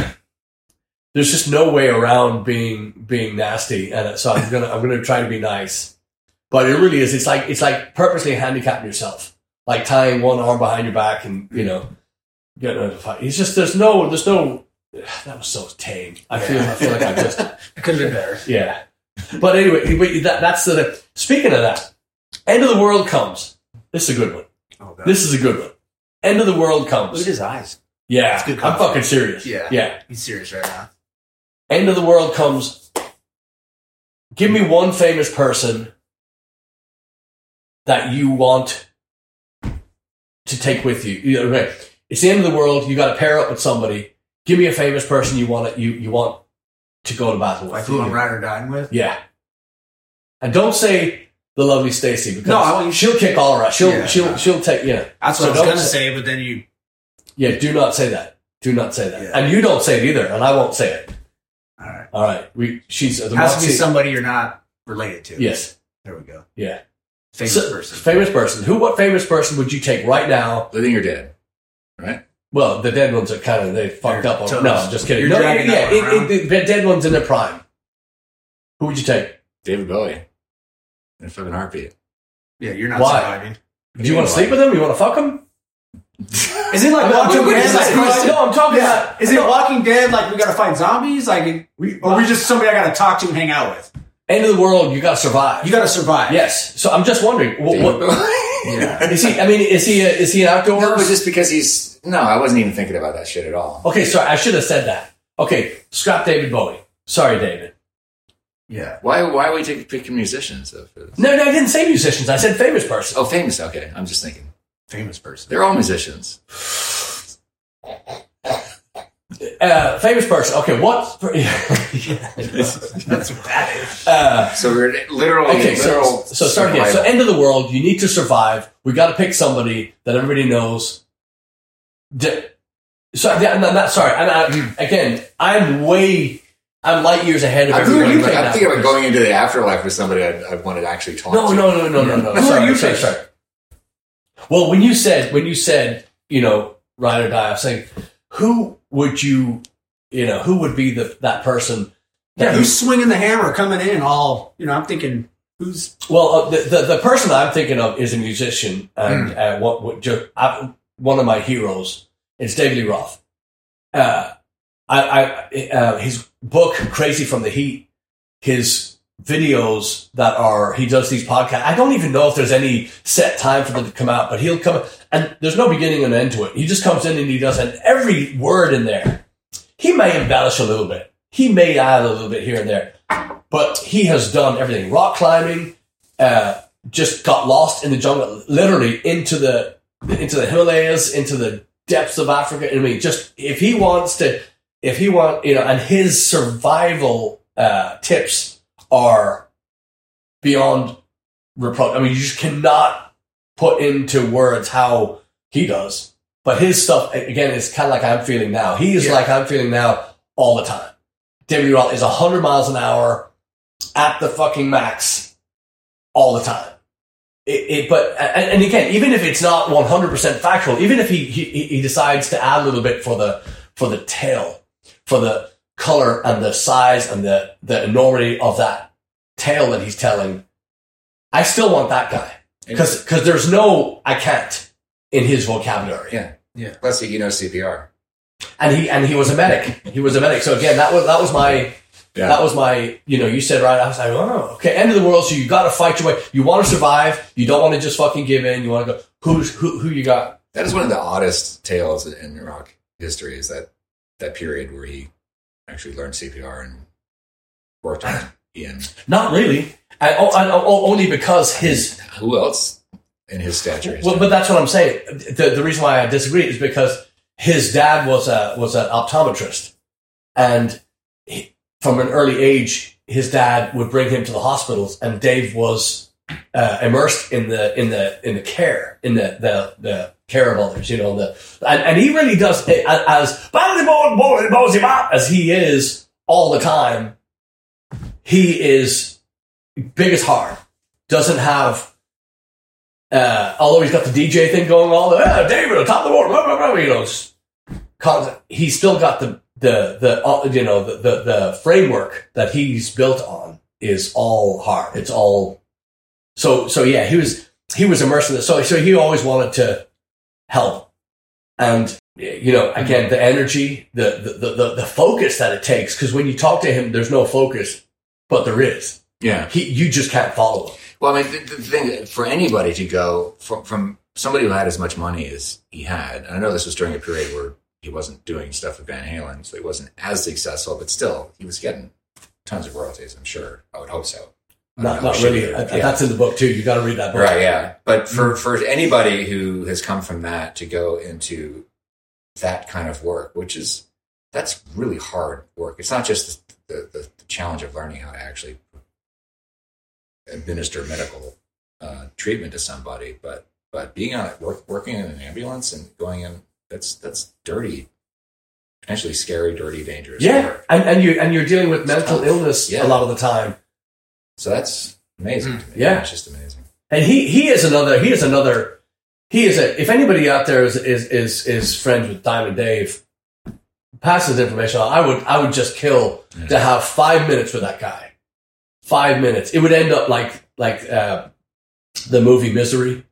there's just no way around being being nasty, and so I'm gonna I'm gonna try to be nice, but it really is. It's like it's like purposely handicapping yourself, like tying one arm behind your back, and you know, getting in a fight. It's just there's no there's no. That was so tame. I feel I feel like I just It could have been better. yeah. But anyway, but that, that's the. Speaking of that, end of the world comes. This is a good one. Oh, God. This is a good one. End of the world Look at comes. his eyes. Yeah, good I'm fucking serious. Yeah. yeah. He's serious right now. End of the world comes. Give me one famous person that you want to take with you. You know, right. It's the end of the world. You got to pair up with somebody. Give me a famous person you want to, you you want to go to battle with. Like who I'm ride or dying with. Yeah. And don't say the lovely Stacy because No, I want you- she'll kick all around. She'll Yeah. she'll she'll take yeah That's So what I don't was gonna say- say, but then you yeah. Do not say that. Do not say that. Yeah. And you don't say it either. And I won't say it. all right. All right. We she's the Has to be Moxie- somebody you're not related to. yes There we go. yeah Famous So- person. famous person. Who what famous person would you take right now? Living or dead. Right? Well, the dead ones are kind of they fucked They're up. On, toast. no, I'm just kidding. You're no, dragging yeah, that one it, it, the dead ones in their prime. Who would you take? David Bowie. In a fucking heartbeat. Yeah, you're not Why? surviving. Do you want to sleep with them? You want to fuck them? Is it like I'm not Walking joking. Dead? Like, Like, no, I'm talking yeah. about. Is it Walking Dead? Like we gotta fight zombies? Like we or we just somebody I gotta talk to and hang out with? end of the world. You got to survive. You gotta survive. Yes. So I'm just wondering, what, David what Bowie. Yeah. is he? I mean, is he? A, is he an outdoors? No, but just because he's no, I wasn't even thinking about that shit at all. okay, sorry, I should have said that. Okay, scrap David Bowie. Sorry, David. Yeah. Why? Why are we taking picking musicians? Though, for this? No, no, I didn't say musicians. I said famous person. Oh, famous. Okay, I'm just thinking Famous person. they're all musicians. Uh, famous person. Okay, what? That's what that is. uh, So we're literally okay, so, literal so start again. So survival. end of the world. You need to survive. We got to pick somebody that everybody knows. D- so yeah, no, not sorry. And I, again, I'm way. I'm light years ahead of I'm everybody. thinking, about, right now I'm thinking because- about going into the afterlife with somebody I, I wanted to actually talk No, to. no, no, no, no, no. Who sorry, are you sorry, fixing? sorry. Well, when you said when you said you know ride or die, I was saying who would you you know who would be the that person? Yeah, That you, who's swinging the hammer coming in? All you know, I'm thinking, who's well, uh, the, the the person I'm thinking of is a musician and uh, what, what ju- I, one of my heroes is David Lee Roth. Uh, I, I uh, his book Crazy from the Heat, his videos that are he does these podcasts. I don't even know if there's any set time for them to come out, but he'll come and there's no beginning and end to it. He just comes in and he does and every word in there, he may embellish a little bit. He may add a little bit here and there. But he has done everything. Rock climbing, uh, just got lost in the jungle, literally into the into the Himalayas, into the depths of Africa. I mean, just if he wants to if he want you know, and his survival uh, tips are beyond reproach. I mean, you just cannot put into words how he does. But his stuff, a- again, is kind of like I'm feeling now. He is Yeah. like I'm feeling now all the time. David Lee Roth is 100 miles an hour at the fucking max all the time. It, it, but and, and again, even if it's not 100% factual, even if he, he he decides to add a little bit for the for the tail, for the color and the size and the, the enormity of that tale that he's telling, I still want that guy. Because there's no I can't in his vocabulary. Yeah. Plus, you know CPR. And he and he was a medic. He was a medic. So again, that was that was my Yeah. that was my you know, you said right, I was like, oh okay, end of the world, so you gotta fight your way. You wanna survive, you don't wanna just fucking give in, you wanna go who's who who you got? That is one of the oddest tales in rock history. Is that that period where he actually learned CPR and worked on Ian? Not really. And, oh, and, oh, only because his Who else in his stature? Is Well, but that's what I'm saying. The, the reason why I disagree is because his dad was a was an optometrist, and he, from an early age, his dad would bring him to the hospitals, and Dave was uh, immersed in the in the in the care in the the, the care of others. You know the and, and he really does eh, a- as "Bally boy, boy, boy, boy," as he is all the time. He is big as hard. Doesn't have uh, although he's got the DJ thing going on, uh, David, top of the world, blah, blah, blah, you know, s- cons- he's still got the the the uh, you know the, the the framework that he's built on is all hard. It's all so so yeah. He was he was immersed in this, so so he always wanted to help, and you know again the energy, the the the, the, the focus that it takes because when you talk to him, there's no focus, but there is. yeah. He you just can't follow him. Well, I mean, the, the thing for anybody to go from, from somebody who had as much money as he had, and I know this was during a period where he wasn't doing stuff with Van Halen, so he wasn't as successful, but still, he was getting tons of royalties, I'm sure. I would hope so. I don't Not, know, not should really. he- Uh, yeah. That's in the book too. You got to read that book. Mm-hmm. Right, yeah. But for, for anybody who has come from that to go into that kind of work, which is that's really hard work. It's not just the, the, the challenge of learning how to actually administer medical uh, treatment to somebody, but but being on it, work, working in an ambulance and going in that's that's dirty, potentially scary, dirty, dangerous. Yeah, work. and, and you and you're dealing with mental tough. illness Yeah. a lot of the time. So that's amazing. to me. Mm-hmm. yeah. it's just amazing. And he he is another he is another he is a if anybody out there is is is, is friends with Diamond Dave, pass his information on. I would I would just kill to have five minutes with that guy. Five minutes. It would end up like like uh, the movie Misery.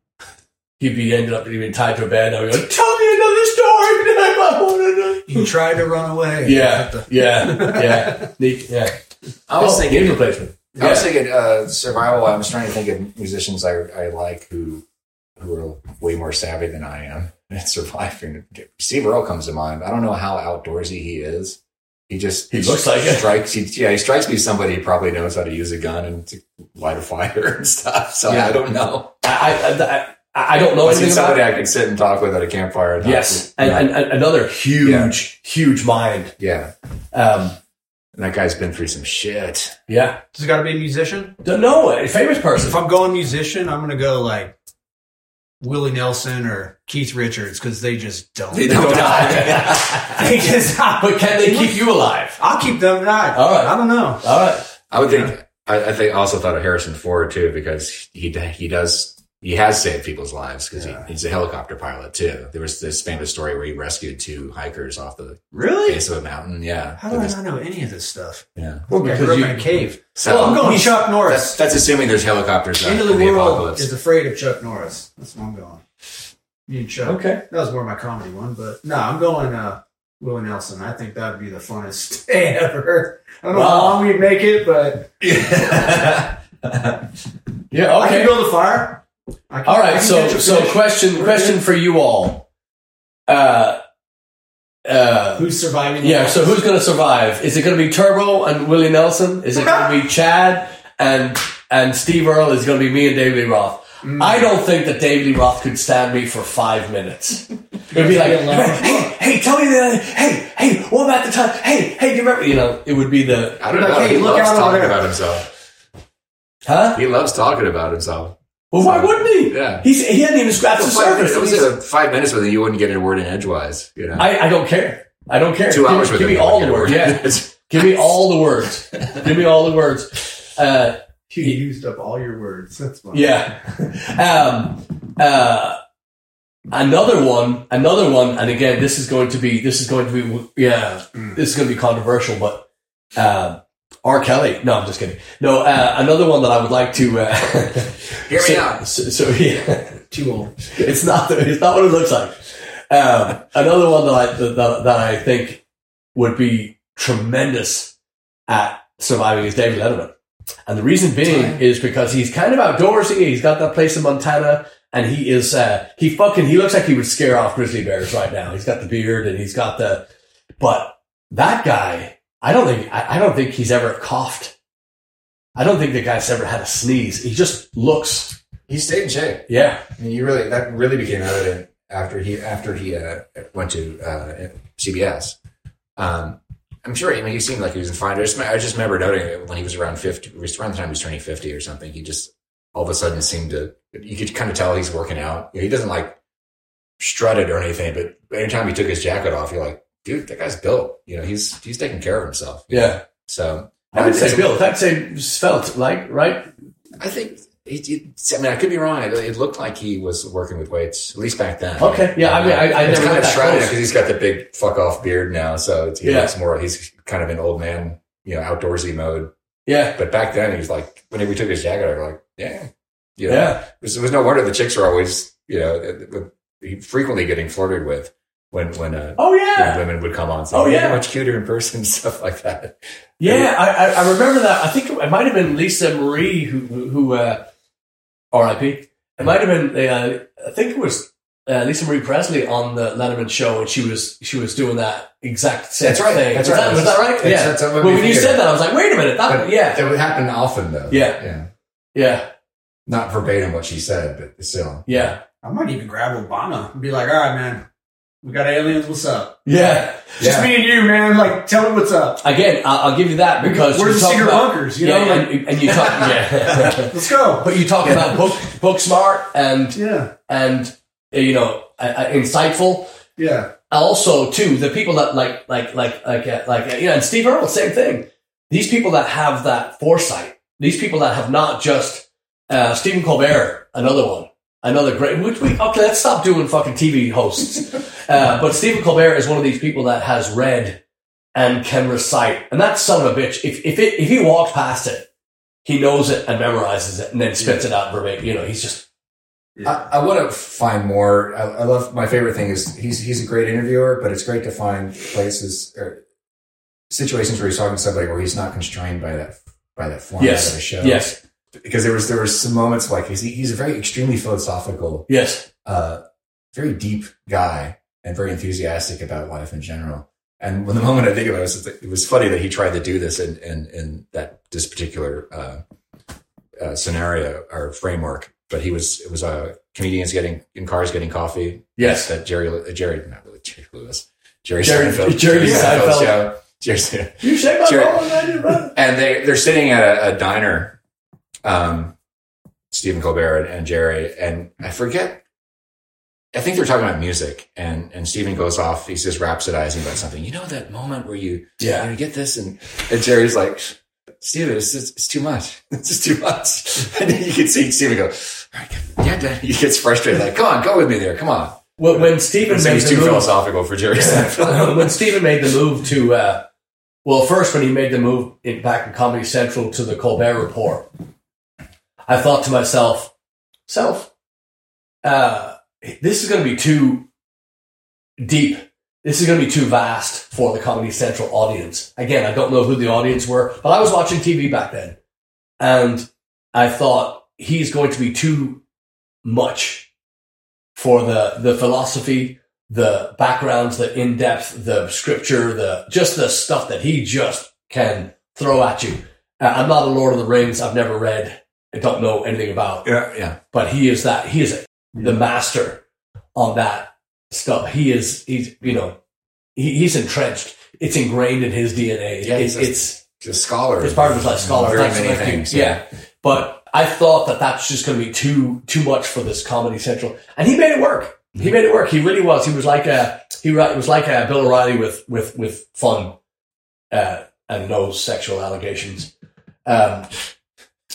He'd be ended up being tied to a bed. and I'd go, tell me another story. I wanna know." You tried to run away. Yeah, yeah, yeah, Neat, yeah. I was Oh, knee thinking replacement. I was Yeah. thinking uh, survival. I was trying to think of musicians I, I like who who are way more savvy than I am at surviving. Steve Earle comes to mind. I don't know how outdoorsy he is. He just He looks like it. strikes. He, yeah, he strikes me as somebody who probably knows how to use a gun and to light a fire and stuff. So Yeah. I don't know. I, I, I, I don't know Is he anything about somebody I could sit and talk with at a campfire? and not- Yes, and, and, and another huge, huge mind. yeah. Um, And that guy's been through some shit. yeah, Does it got to be a musician? don't know a famous If person. I'm going musician, I'm gonna go like Willie Nelson or Keith Richards because they just don't. They don't die. They just. But can they keep you alive? I'll keep them alive. All right. I don't know. All right, I would think. I, I think I also thought of Harrison Ford too because he d- he does he has saved people's lives because he, he's a helicopter pilot too. There was this famous story where he rescued two hikers off the Really? base of a mountain. Yeah, How But do I this- not know any of this stuff? yeah. I grew up in a cave. So I'm going Chuck that's, Norris. that's assuming there's helicopters. out End of in the world apocalypse. is afraid of Chuck Norris. That's where I'm going. Me and Chuck. Okay. That was more my comedy one, but no, I'm going uh, Willie Nelson. I think that would be the funnest day ever. I don't know how Wow. long we'd make it, but Yeah. I can Okay. build a fire. I can, All I right. can So, catch a so fish. question, question for you all. Uh, uh, Who's surviving? the yeah. night? So, who's going to survive? Is it going to be Turbo and Willie Nelson? Is it going to be Chad and and Steve Earle? Is it going to be me and David Lee Roth? Mm. I don't think that David Lee Roth could stand me for five minutes. It'd be like, hey, hey, tell me the other, hey, hey, what about the time? Hey, hey, do you remember? You know, it would be the, I don't know. Like, hey, he look loves out over talking there. about himself. huh? He loves talking about himself. Well, why wouldn't he? Yeah. He's, he hadn't even scratched the Five minutes, surface. it was uh, five minutes with him. You wouldn't get a word in edgewise. You know, I, I don't care. I don't care. two Give- hours with Give him. me you all the words. wouldn't get a word in Yeah. edgewise. Give me all the words. Give me all the words. Uh, you used up all your words. That's fine. Yeah. Um, uh, another one, another one, and again, this is going to be, this is going to be, yeah, this is going to be controversial, but um R. Kelly. No, I'm just kidding. No, uh, another one that I would like to uh, Hear me so, out. So, so, yeah, Too old. it's not, it's not what it looks like. Um, another one that I that, that, that I think would be tremendous at surviving is David Letterman. And the reason being is because he's kind of outdoorsy. He's got that place in Montana, and he is uh, he fucking he looks like he would scare off grizzly bears right now. He's got the beard and he's got the, but that guy, I don't think I, I don't think he's ever coughed. I don't think the guy's ever had a sneeze. He just looks, He stayed in shape. yeah, I mean, you really that really became evident after he after he uh, went to uh, CBS. Um, I'm sure. I mean, he seemed like he was in fine. I just, I just remember noting that when he was around fifty, it was around the time he was turning fifty or something. He just all of a sudden seemed to. You could kind of tell he's working out. You know, he doesn't like strut it or anything, but anytime he took his jacket off, you're like, dude, that guy's built. You know, he's he's taking care of himself. yeah. So I would it's- say built. I'd say felt like right. I think. It, it, I mean, I could be wrong. It, it looked like he was working with weights, at least back then. Okay. Yeah, I mean, I- I It's never kind got of that shrouded close. because he's got the big fuck off beard now, so it's, he Yeah. looks more. He's kind of an old man, you know, outdoorsy mode. Yeah. But back then, he was like, whenever he took his jacket, off, like, yeah, you know, Yeah. It was, it was no wonder the chicks were always, you know, uh, uh, he- frequently getting flirted with when when uh, Oh yeah. when women would come on. So Oh, "You're yeah. much cuter in person, stuff like that. Yeah, I, I, I remember that. I think it might have been Lisa Marie who, who, who uh, R.I.P. It might have been. Uh, I think it was uh, Lisa Marie Presley on the Letterman show, and she was she was doing that exact same That's right, thing. that's was right. That, was that right? That's- yeah. that's what Well, made me when you think of said it. that, I was like, wait a minute. That, But yeah, that would happen often though. Yeah. yeah. yeah, Not verbatim what she said, but still. yeah. I might even grab Obama and be like, all right, man, We got aliens. What's up? Yeah. Just me and you, man. Like, tell me what's up. Again, I'll, I'll give you that because We're you the talk secret about- bunkers, you yeah, know, like- and, and you talk, yeah. Let's go. but you talk about book book smart and Yeah, and uh, you know uh, uh, insightful. yeah. Also, too, the people that like like like like uh, like uh, you know, and Steve Earle, same thing. These people that have that foresight, these people that have not just uh, Stephen Colbert, another one, another great. Which we okay, let's stop doing fucking TV hosts. Uh, but Stephen Colbert is one of these people that has read and can recite, and that son of a bitch. If if it, if he walks past it, he knows it and memorizes it, and then spits it out verbatim. You know, he's just I, I want to find more. I, I love my favorite thing is he's he's a great interviewer, but it's great to find places or situations where he's talking to somebody where he's not constrained by that by that format yes, of a show. yes, because there was there were some moments like he's he's a very extremely philosophical, yes. uh, very deep guy, and very enthusiastic about life in general. And when the moment I think of it, it was, it was funny that he tried to do this in in, in that this particular uh, uh, scenario or framework. But he was it was uh, comedians getting in cars getting coffee. Yes. that Jerry uh, Jerry not really Jerry Lewis Jerry Jerry- Seinfeld Jerry Seinfeld. show. Jerry, You shake my Sure. ball and I do run. and they they're sitting at a, a diner, um, Stephen Colbert and, and Jerry, and I forget. I think they're talking about music, and and Stephen goes off. He's just rhapsodizing about something. You know that moment where you Yeah. you know, get this, and and Jerry's like. Steven, it's, just, it's too much. It's just too much. And then you can see Steven go, all right, yeah, Dad. He gets frustrated. Like, come on, go with me there. Come on. Well, when Stephen So made he's the too move, philosophical for Jerry Seinfeld. when Stephen made the move to, uh, well, first when he made the move in, back to Comedy Central to the Colbert Report, I thought to myself, self, uh, this is going to be too deep. This is going to be too vast for the Comedy Central audience. Again, I don't know who the audience were, but I was watching TV back then, and I thought he's going to be too much for the the philosophy, the backgrounds, the in depth, the scripture, the just the stuff that he just can throw at you. Uh, I'm not a Lord of the Rings. I've never read. I don't know anything about. yeah, yeah. But he is that. He is the master on that stuff. He is. He's you know. He, he's entrenched. It's ingrained in his DNA. Yeah, it's, he's a- it's Just scholar. it's part of his life. Scholar. Very that's many what I think. things. yeah. But I thought that that's just going to be too too much for this Comedy Central, and he made it work. He made it work. He really was. He was like a he ri- was like a Bill O'Reilly with with with fun uh, and no sexual allegations. Um,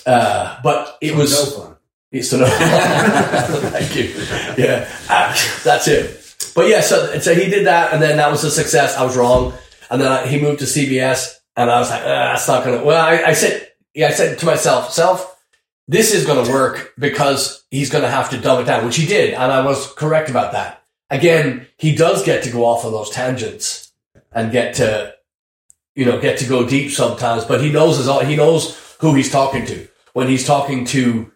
uh, but it was no fun. it's an Thank you. Yeah, Uh, that's it. But yeah, so so he did that, and then that was a success. I was wrong, and then I, he moved to CBS, and I was like, ah, that's not gonna. Well, I, I said, yeah, I said to myself, self, this is gonna work because he's gonna have to dumb it down, which he did, and I was correct about that. Again, he does get to go off on those tangents and get to, you know, get to go deep sometimes, but he knows his all. He knows who he's talking to when he's talking to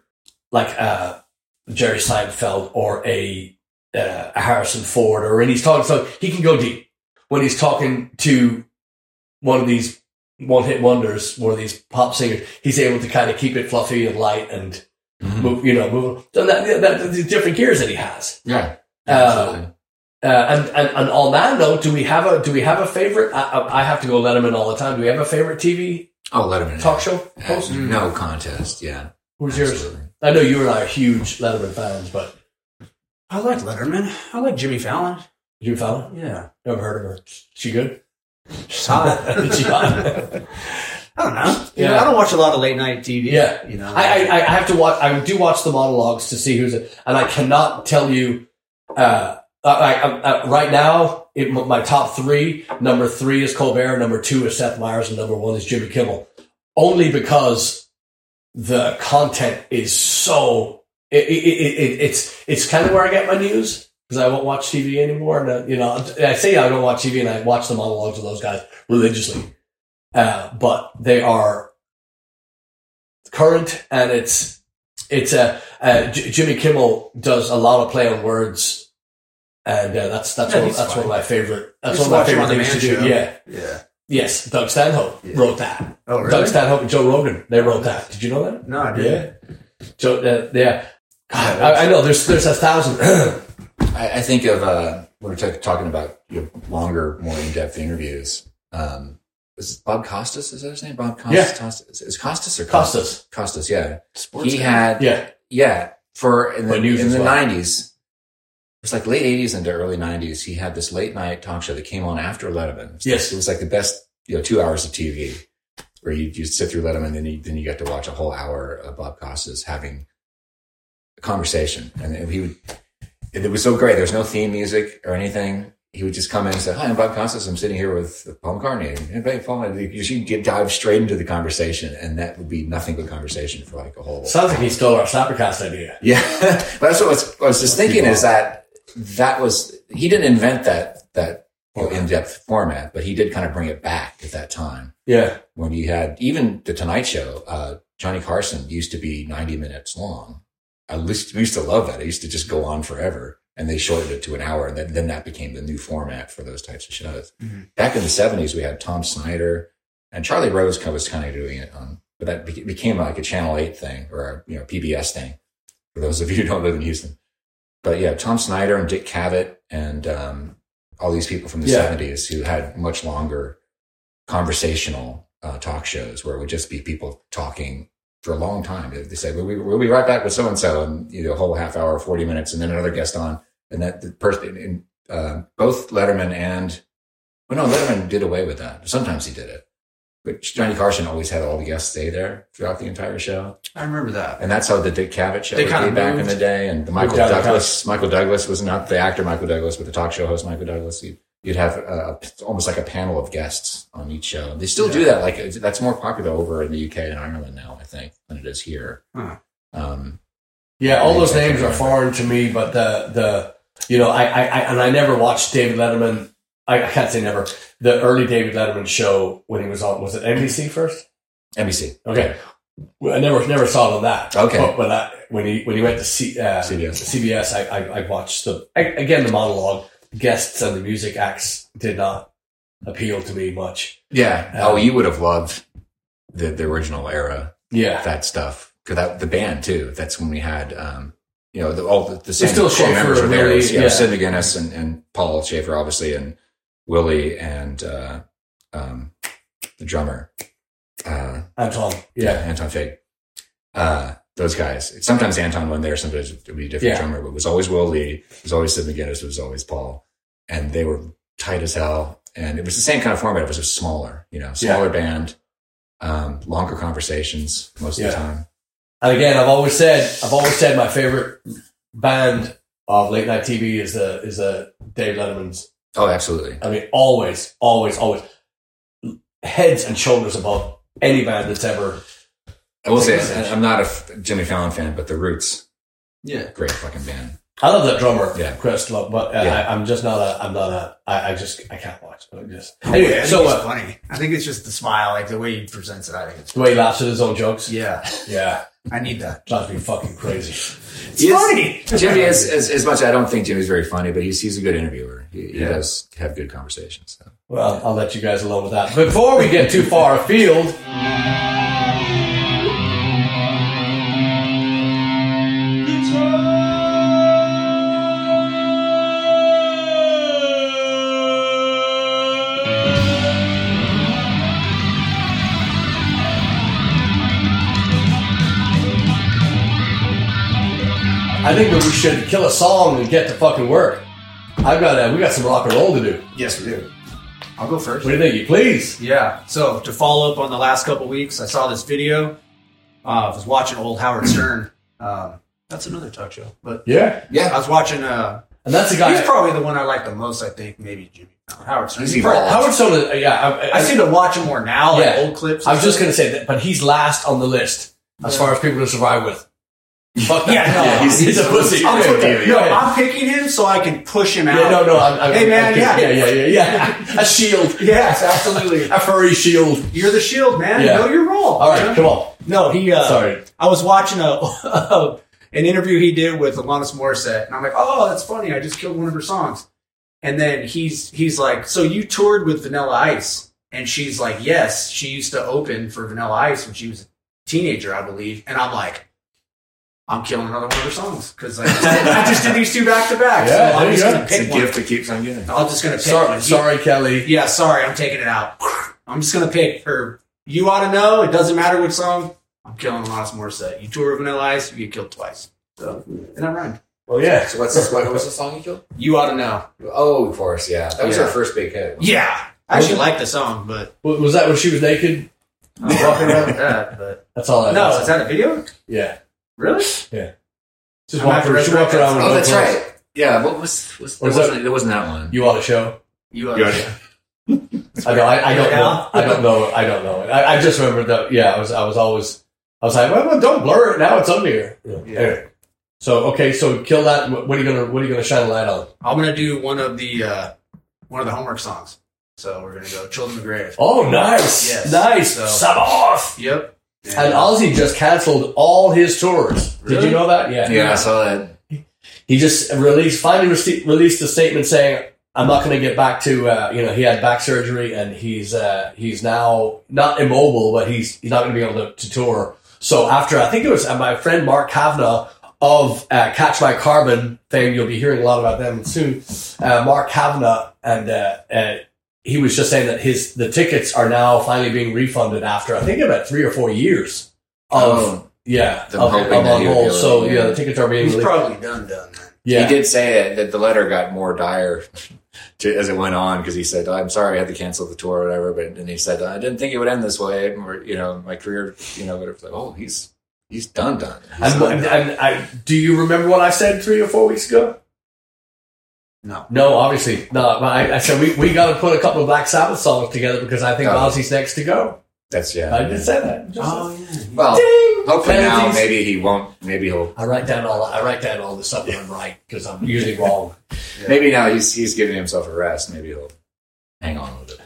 like uh, Jerry Seinfeld or a, uh, a Harrison Ford, or and he's talking, so he can go deep. When he's talking to one of these one hit wonders, one of these pop singers, he's able to kind of keep it fluffy and light and move, you know, move. So that, that, the different gears that he has. Yeah. Uh, Uh, and, and and on that note, do we have a do we have a favorite? I, I, I have to go let him in all the time. Do we have a favorite TV Oh, Letterman. talk show Uh, host? No contest. Yeah. Who's yours? Absolutely. I know you and I are huge Letterman fans, but I like Letterman. I like Jimmy Fallon. you Fallon? Yeah, Never heard of her. She good? she's hot. She hot? I don't know. You Yeah. know, I don't watch a lot of late night TV. Yeah. you know. I, I, I have to watch. I do watch the monologues to see who's. it, And I cannot tell you. Uh, I, I, I, right now, it, my top three. Number three is Colbert. Number two is Seth Meyers, and number one is Jimmy Kimmel. Only because the content is so. It, it, it, it, it's it's kind of where I get my news because I won't watch TV anymore. And uh, you know, I say I don't watch TV, and I watch the monologues of those guys religiously. Uh, but they are current and it's it's a uh, J- Jimmy Kimmel does a lot of play on words, and uh, that's that's Yeah, one, he's that's fine. one of my favorite that's Just one of watch my him favorite on The things to do. Man Show. Yeah, yeah. yes, Doug Stanhope Yeah. wrote that. Oh Doug really? Stanhope and Joe Rogan they wrote that. Did you know that? No, I didn't. Yeah, Joe. Uh, yeah, God, I, I know. There's there's a thousand. I, I think of uh, we were ta- talking about you know, longer, more in depth interviews. Um, is Bob Costas? Is that his name? Bob Costas? Yeah. Costas is Costas or Costas. Costas, yeah. Sports he guy. had Yeah. yeah, for in the But news in as the well. nineties. It was like late eighties into early nineties. He had this late night talk show that came on after Letterman. It was Yes. like- it was like the best you know two hours of TV where you you sit through Letterman, then you then you got to watch a whole hour of Bob Costas having a conversation, and he would. It was so great. There was no theme music or anything. He would just come in and say, "Hi, I'm Bob Costas. I'm sitting here with Paul McCartney." And hey, Paul, and you should get- dive straight into the conversation, and that would be nothing but conversation for like a whole. Sounds like he stole our slappercast idea. Yeah, But that's what I was, I was just thinking is that that was he didn't invent that that in depth format, but he did kind of bring it back at that time Yeah. when you had even the Tonight Show. Uh, Johnny Carson used to be ninety minutes long. I used, we used to love that. It used to just go on forever, and they shortened it to an hour, and then, then that became the new format for those types of shows. Mhm. Back in the seventies, we had Tom Snyder and Charlie Rose kind of was kind of doing it on, but that be- became like a Channel Eight thing or a you know PBS thing. For those of you who don't live in Houston, but yeah, Tom Snyder and Dick Cavett and um, all these people from the Yeah. seventies who had much longer conversational uh, talk shows where it would just be people talking for a long time. They they say, we'll be, we'll be right back with so and so, and you know, a whole half hour, 40 minutes, and then another guest on. And that the person in uh, both Letterman and, well, no, Letterman did away with that. Sometimes he did it. But Johnny Carson always had all the guests stay there throughout the entire show. I remember that. And that's how the Dick Cavett show They would kinda be back in moved. the day. And the Michael down the Douglas, Michael Douglas was not the actor Michael Douglas, but the talk show host Michael Douglas. You'd, you'd have uh, almost like a panel of guests on each show. They still do that. Like it's- that's more popular over in the UK and Ireland now, I think, than it is here. Huh. Um, Yeah, all those names are foreign to me, but the the you know I I, I and I never watched David Letterman. I, I can't say never. The early David Letterman show when he was on was it NBC first? NBC. Okay, well, I never never saw it on that. Okay. but when I when he when he went to C, uh, CBS. CBS, I, I I watched the I, again the monologue the guests and the music acts did not appeal to me much. Yeah. Um, oh, you would have loved the the original era Yeah, that stuff because that the band too. That's when we had um, you know the, all the, the same still core Schaefer members were and there. It was, Willie, you know, yeah. Sid McGuinness and, and Paul Schaefer obviously and Willie and uh, um, the drummer. Uh, Anton. yeah, Yeah, Anton Fig. Uh, those guys. Sometimes Anton went there, sometimes it would be a different Yeah. drummer, but it was always Will Lee, it was always Sid McGinnis, it was always Paul. And they were tight as hell. And it was the same kind of format, it was just smaller, you know, smaller band, um, longer conversations most of Yeah. the time. And again, I've always said, I've always said my favorite band of late night TV is the is the Dave Letterman's. Oh, absolutely. I mean, always, always, always, heads and shoulders above any band that's ever. I will say, I- I'm not a f- Jimmy Fallon fan, but The Roots, Yeah. great fucking band. I love that drummer, Yeah. Chris Love, but uh, Yeah. I, I'm just not a. I'm not a. I, I just I can't watch. I just Oh, anyway. So it's uh, funny. I think it's just the smile, like the way he presents it. I think it's the way he laughs at his own jokes. yeah. Yeah, I need that. drives me fucking crazy. It's Yes. funny. Jimmy, is, as, as much, I don't think Jimmy's very funny, but he's, he's a good interviewer. He, he Yeah. does have good conversations. So. Well, I'll let you guys alone with that. Before we get too far afield. I think that we should kill a song and get to fucking work. I've got uh, we got some rock and roll to do. Yes, we do. I'll go first. What do you think? You please. Yeah. So to follow up on the last couple weeks, I saw this video. Uh, I was watching old Howard Stern. Um, that's another talk show. But Yeah. I was watching. Uh, And that's the guy. he's probably the one I like the most. I think maybe Jimmy Fallon. Howard Stern. He's He's evolved. probably- Howard Stone. Is, uh, yeah. I, I, I seem to watch him more now, like Yeah. old clips. I was just gonna say that, but he's last on the list as far as people to survive with. Fuck that. Yeah, no, Yeah, he's, he's a pussy. I'm, Yeah, yeah, no, yeah. I'm picking him so I can push him out. Yeah, no, no. I'm, I'm, Hey, man, I'm- yeah. yeah, yeah, yeah, yeah. A shield, Yes, absolutely. a furry shield. You're the shield, man. Yeah. Know your role. All right, come on. No, he. Uh, Sorry. I was watching a an interview he did with Alanis Morissette, and I'm like, oh, that's funny. I just killed one of her songs. And then he's he's like, so you toured with Vanilla Ice, and she's like, yes, she used to open for Vanilla Ice when she was a teenager, I believe. And I'm like, I'm killing another one of their songs because I, I just did these two back to Yeah, back. so there I'm you just go. gonna It's a pick one. gift that keeps on giving. I'm just gonna pick Sorry, one. sorry, Kelly. Yeah, sorry, I'm taking it out. I'm just gonna pick her. You ought to know. It doesn't matter which song. I'm killing Alanis Morissette. You tour with Vanilla Ice, you get killed twice. So, and I'm right. Well, Oh, yeah. So what's this, what was the song you killed? You ought to know. Oh, of course, yeah. That was Yeah. our first big hit. Yeah, I actually like the song, but W- Was that when she was naked? I'm walking around with that. But That's all I no, know. is that a video? Yeah. Really? Just I'm walked after around, she walked resurrect around with Oh, no that's clothes. right. Yeah, what was, was, Or there is that- wasn't, there wasn't that one. You want a show? You ought You to ought know. to- I know. I, I don't Yeah. know. I don't know. I don't know. I, I just remember that. Yeah, I was. I was always. I was like, well, well, don't blur it. Now it's under here. Yeah. Anyway. So okay. So kill that. Wh- What are you gonna? What are you gonna shine a light on? I'm gonna do one of the uh, one of the homework songs. So we're gonna go Children of the Grave. Oh, nice. Yes. Nice. So- Sub off. Yep. And Ozzy just canceled all his tours. Did Really? you know that? Yeah. Yeah, I saw that. He just released finally rece- released a statement saying, "I'm not going to get back to uh, you know he had back surgery and he's uh, he's now not immobile, but he's he's not going to be able to, to tour." So after I think it was uh, my friend Mark Kavner of uh, Catch My Carbon fame, you'll be hearing a lot about them soon. Uh, Mark Kavner and uh, uh, he was just saying that his the tickets are now finally being refunded after I think about three or four years of. Oh. Yeah, Them of, hoping of that on he would be hold. able to- So yeah, yeah. the tickets are being He's released. probably done done then. yeah, He did say that, that the letter got more dire to, as it went on because he said, "Oh, "I'm sorry, I had to cancel the tour or whatever." But and he said, "I didn't think it would end this way." Or, you know, my career, you know, but it's like, oh, he's he's done, done. He's And, done, and, done. and I, do you remember what I said three or four weeks ago? No. No, obviously not. But I, I said we, we got to put a couple of Black Sabbath songs together because I think Oh. Ozzy's next to go. That's yeah. I did say that. Just Oh. yeah. Well, Ding! hopefully now Penalties. maybe he won't. Maybe he'll. I write down all I write down all the stuff when I'm right because I'm usually wrong. Maybe now he's he's giving himself a rest. Maybe he'll hang on a little bit.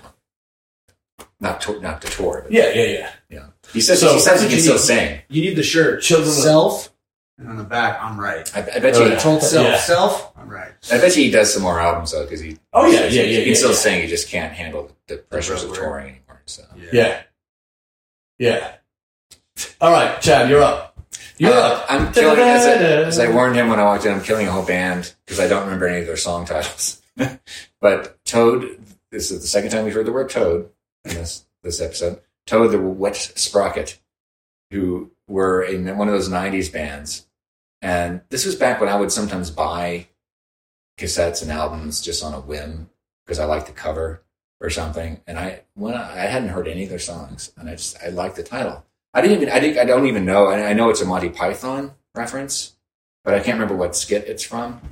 Not to, not to tour, but Yeah, yeah, yeah. yeah. He says So- he says he can still sing. You need the shirt. Children of- self. And on the back, I'm right. I, I bet Oh, you. yeah. Told self. Yeah. Self. I'm right. I bet you he does some more albums though, because he. Oh, yeah, yeah, yeah, He can yeah, still yeah. sing. He just can't handle the pressures of road touring anymore. So Yeah, yeah. All right, Chad, you're up. You're Uh, up. I'm killing. As I, as I warned him when I walked in, I'm killing a whole band because I don't remember any of their song titles. but Toad. This is the second time we've heard the word Toad in this this episode. Toad the Wet Sprocket, who were in one of those '90s bands, and this was back when I would sometimes buy cassettes and albums just on a whim because I liked the cover or something. And I when I, I hadn't heard any of their songs, and I just I liked the title. I didn't even I didn't, I don't even know. I, I know it's a Monty Python reference, but I can't remember what skit it's from,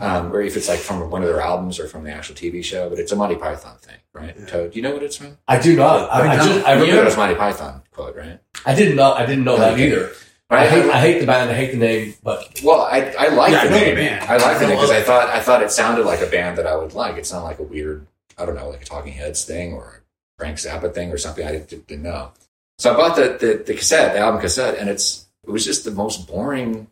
um, or if it's like from one of their albums or from the actual TV show. But it's a Monty Python thing, right? Toad, do you know what it's from? I do not. I, I, just, I you know it remember. was Monty Python quote, right? I didn't know. I didn't know that either. Right. I hate. I hate the band. I hate the name. But Well, I, I like Yeah, the I know the name. band. I like the name because love I thought I thought it sounded like a band that I would like. It's not like a weird, I don't know, like a Talking Heads thing or a Frank Zappa thing or something. I didn't, didn't know. So I bought the, the the cassette, the album cassette, and it's it was just the most boring,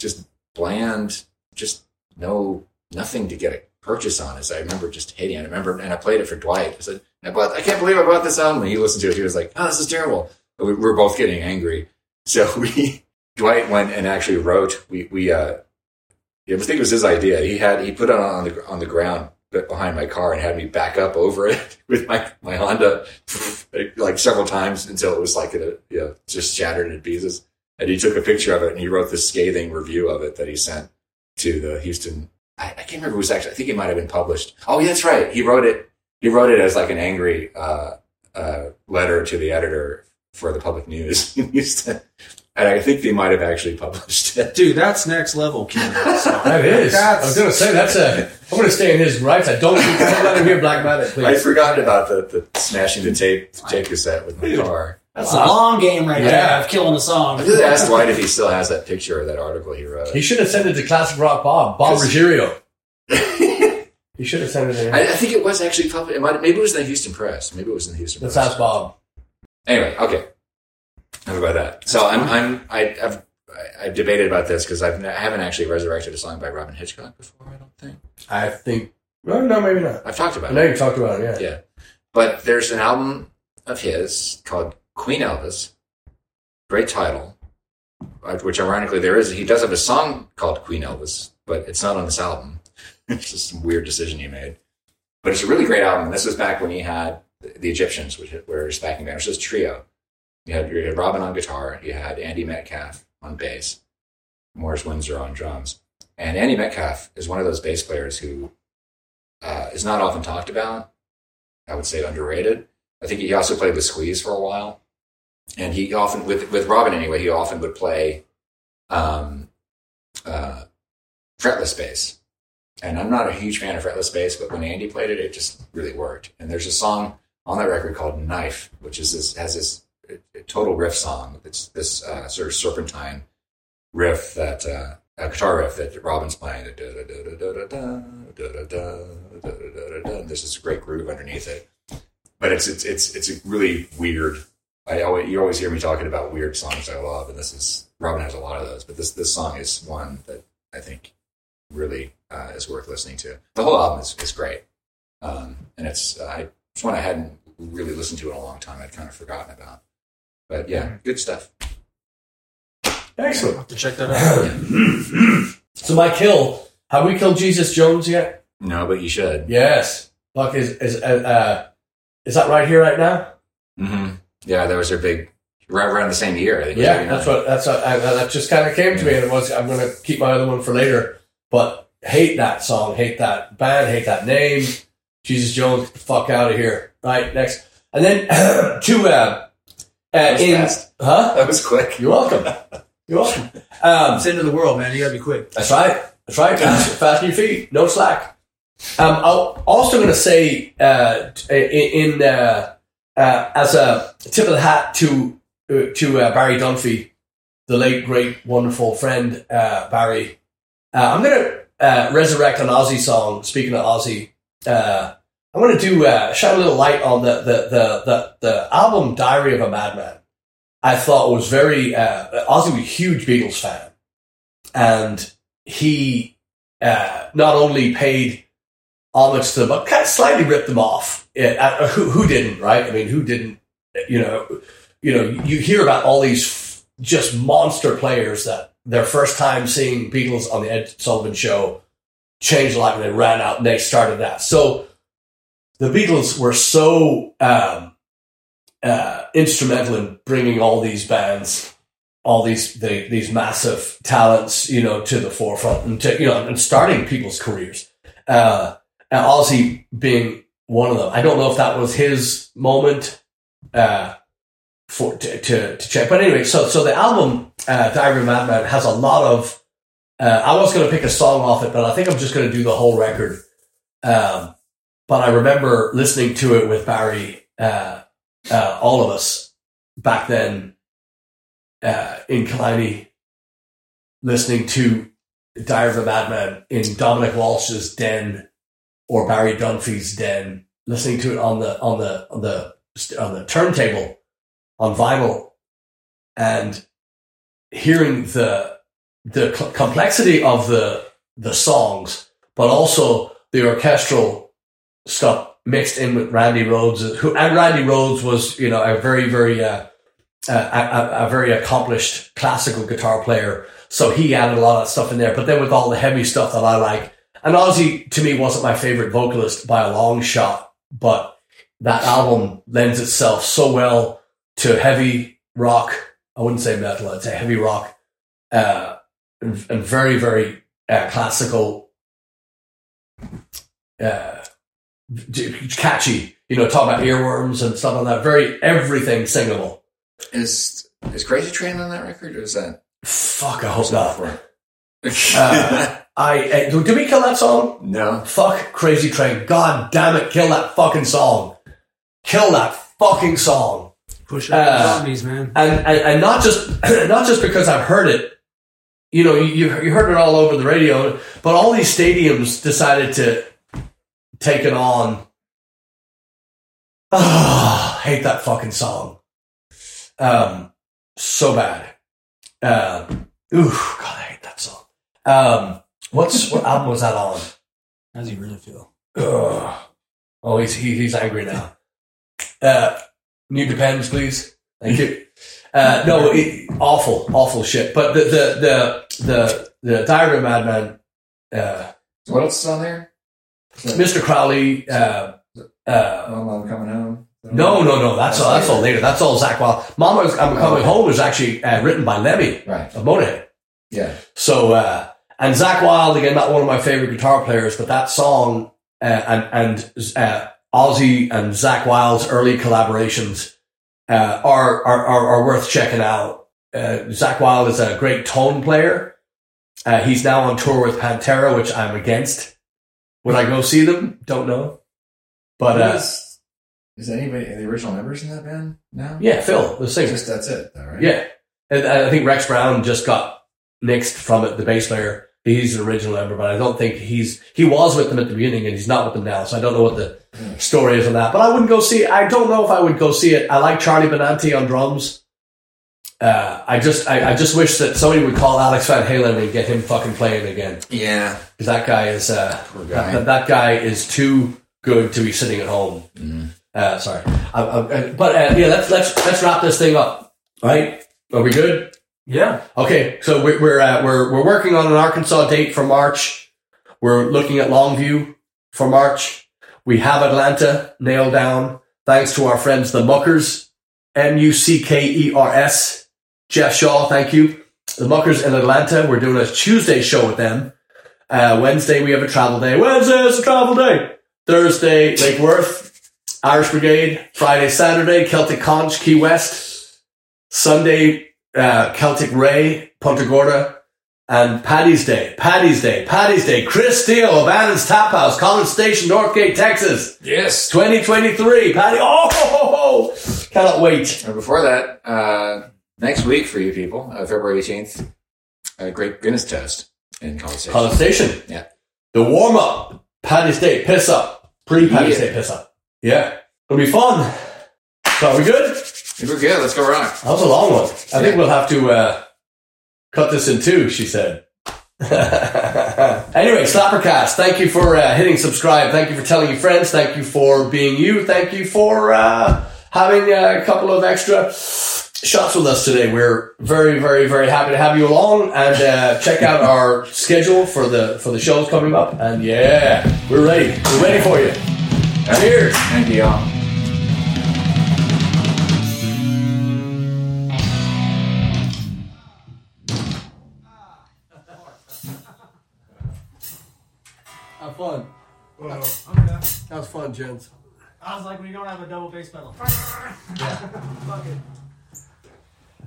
just bland, just no nothing to get a purchase on. As I remember just hating. it. I remember, and I played it for Dwight. I said, I bought. I can't believe I bought this album. And he listened to it. He was like, "Oh, this is terrible." And We we were both getting angry. So we Dwight went and actually wrote. We we uh, I think it was his idea. He had he put it on the on the ground behind my car and had me back up over it with my my Honda like several times until it was like a you know, just shattered into pieces. And he took a picture of it and he wrote this scathing review of it that he sent to the Houston. I, I can't remember who was actually. I think it might have been published. Oh, yeah, that's right. He wrote it. He wrote it as like an angry uh, uh, letter to the editor for the public news in Houston. And I think they might have actually published it. Dude, that's next level, Ken. So, that is. I was That's, going to say that's a. I'm going to stay in his rights. I don't. think- Don't let him hear Black Matter, please. I forgot about the, the smashing the tape tape cassette with my car. that's a long game right Yeah. there of killing a song. I just asked Dwight if he still has that picture or that article he wrote. He should have sent it to Classic Rock Bob, Bob Ruggiero. he should have sent it to I, him. I think it was actually published. It might, maybe it was in the Houston Press. Maybe it was in the Houston Let's Press. ask Bob. Anyway, okay. How about that? So I'm, I'm, I, I've, I- I've debated about this because I've, I haven't actually resurrected a song by Robin Hitchcock before. I don't think I think. No, no, maybe not. I've talked I about know it. you talked about it, yeah. Yeah, but there's an album of his called Queen Elvis. Great title. uh, which ironically there is. He does have a song called Queen Elvis, but it's not on this album. it's just some weird decision he made. But it's a really great album. And this was back when he had the the Egyptians, which were his backing band, which was his trio. You had, you had Robin on guitar, you had Andy Metcalf on bass, Morris Windsor on drums. And Andy Metcalf is one of those bass players who uh, is not often talked about. I would say underrated. I think he also played with Squeeze for a while, and he often with with Robin anyway. He often would play um, uh, fretless bass, and I'm not a huge fan of fretless bass, but when Andy played it, it just really worked. And there's a song on that record called "Knife," which is this has this uh, total riff song. It's this uh, sort of serpentine riff that uh, a guitar riff that Robin's playing. The da-da-da-da-da-da-da-da-da-da-da-da-da-da-da. There's this great groove underneath it, but it's it's it's it's a really weird. I always you always hear me talking about weird songs I love, and this is Robin has a lot of those, but this this song is one that I think really uh, is worth listening to. The whole album is, is great, um, and it's uh, I- it's one I hadn't really listened to in a long time. I'd kind of forgotten about, but yeah, good stuff. Excellent. To check that out. So my kill. Have we killed Jesus Jones yet? No, but you should. Yes. Fuck is is uh, uh is that right here right now? hmm Yeah, that was their big right around the same year. I think it was Yeah, 89. that's what that's what I, that just kind of came to me, and it was I'm gonna keep my other one for later. But hate that song, hate that band, hate that name. Jesus Jones, fuck out of here. Right next, and then two uh, uh was in fast. huh? That was quick. You're welcome. You're welcome. Um, It's the end of the world, man. You gotta be quick. That's right. That's right. Fast, fast on your feet. No slack. Um, I'm also going to say uh, t- in, in uh, uh, as a tip of the hat to uh, to uh, Barry Dunphy, the late great wonderful friend uh, Barry. Uh, I'm going to uh, resurrect an Aussie song. Speaking of Aussie, uh, I'm going to do uh, shine a little light on the the, the the the album Diary of a Madman. I thought was very uh, Ozzy was a huge Beatles fan, and he uh, not only paid homage to them, but kind of slightly ripped them off. Yeah, uh, who, who didn't, right? I mean, who didn't? You know, you know, you hear about all these f- just monster players that their first time seeing Beatles on the Ed Sullivan Show changed a lot, and they ran out and they started that. So the Beatles were so um, uh, instrumental in bringing all these bands all these the, these massive talents, you know, to the forefront and to you know and starting people's careers. Uh, and Ozzy being one of them. I don't know if that was his moment uh, for to, to to check, but anyway. So so the album uh, Diary of a Madman has a lot of. Uh, I was going to pick a song off it, but I think I'm just going to do the whole record. Um, but I remember listening to it with Barry, uh, uh, all of us back then uh, in Killiney listening to Diary of a Madman in Dominic Walsh's den or Barry Dunphy's den, listening to it on the on the on the on the turntable on vinyl, and hearing the the cl- complexity of the the songs, but also the orchestral stuff mixed in with Randy Rhodes, who and Randy Rhodes was you know a very very uh, a, a, a very accomplished classical guitar player. So he added a lot of stuff in there. But then with all the heavy stuff that I like, and Ozzy to me wasn't my favorite vocalist by a long shot, but that album lends itself so well to heavy rock. I wouldn't say metal, I'd say heavy rock, uh, and, and very, very uh, classical, uh, d- catchy, you know, talk about earworms and stuff like that. Very everything singable. Is is Crazy Train on that record, or is that Fuck, I hope not. before? Uh, I, I did we kill that song? no, Fuck Crazy Train. God damn it, kill that fucking song. Kill that fucking song. Push up up the Uh, zombies, man. And and, and not just not just because I've heard it. You know, you you heard it all over the radio, but all these stadiums decided to take it on. Ah, hate that fucking song. Um, so bad. Um, ooh, God, I hate that song. Um, what's what album was that on? How does he really feel? Ugh. Oh, he's he, he's angry now. Uh, new depends, please. Thank you. Uh, no, it, awful, awful shit. But the the the the, the Diary of a Madman, uh, What else is on there? Mr. Crowley. Uh, uh, Oh, I'm coming home. no, no, no. That's all. That's all later. That's all Zach Wild. Mama's I'm Coming Home was actually uh, written by Lemmy Right. of Motorhead. Yeah. So, uh, and Zach Wild, again, not one of my favorite guitar players, but that song uh, and, and uh, Ozzy and Zach Wild's early collaborations uh, are, are, are, are worth checking out. Uh, Zach Wild is a great tone player. Uh, he's now on tour with Pantera, which I'm against. Would I go see them? Don't know. But uh, is, is anybody the original members in that band now? yeah, Phil, the singer. Just that's it, though, right? Yeah. And I think Rex Brown just got nixed from it, the bass player. He's an original member, but I don't think he's, he was with them at the beginning and he's not with them now. So I don't know what the Hmm. story is on that, but I wouldn't go see it. I don't know if I would go see it. I like Charlie Benanti on drums. Uh, I just, I, I just wish that somebody would call Alex Van Halen and get him fucking playing again. Yeah. Cause that guy is, uh, Poor that, guy. that, that guy is too good to be sitting at home. Mhm. Uh, sorry, I, I, I- but uh, yeah, let's let's let's wrap this thing up. All right, are we good? Yeah. Okay, so we're we're uh, we're, we're working on an Arkansas date for March. We're looking at Longview for March. We have Atlanta nailed down thanks to our friends the Muckers, M U C K E R S. Jeff Shaw, thank you. The Muckers in Atlanta. We're doing a Tuesday show with them. Uh, Wednesday we have a travel day. Wednesday is a travel day. Thursday Lake Worth, Irish Brigade. Friday Saturday Celtic Conch Key West. Sunday uh, Celtic Ray, Punta Gorda, and Paddy's Day. Paddy's Day. Paddy's Day. Chris Steele of Annan's Tap House, College Station, Northgate, Texas. Yes. 2023. Paddy. Oh, ho, ho, ho. cannot wait. And before that, uh, next week for you people, uh, February 18th, a great Guinness toast in conversation. College Station. Yeah. The warm up. Paddy's Day. Piss up. Pre Paddy's Yeah. Day piss up. Yeah. It'll be fun. So are we good? We're good. Let's go rock. That was a long one. I think Yeah. we'll have to uh, cut this in two, she said. anyway, Slappercast, thank you for uh, hitting subscribe. Thank you for telling your friends. Thank you for being you. Thank you for uh, having uh, a couple of extra shots with us today. We're very, very, very happy to have you along. And uh, check out our schedule for the for the shows coming up. And yeah, we're ready. We're ready for you. Cheers. Thank you, all Have fun. That was fun, gents. I was like, we don't have a double bass pedal. That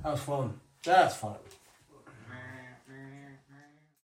was fun. That's fun.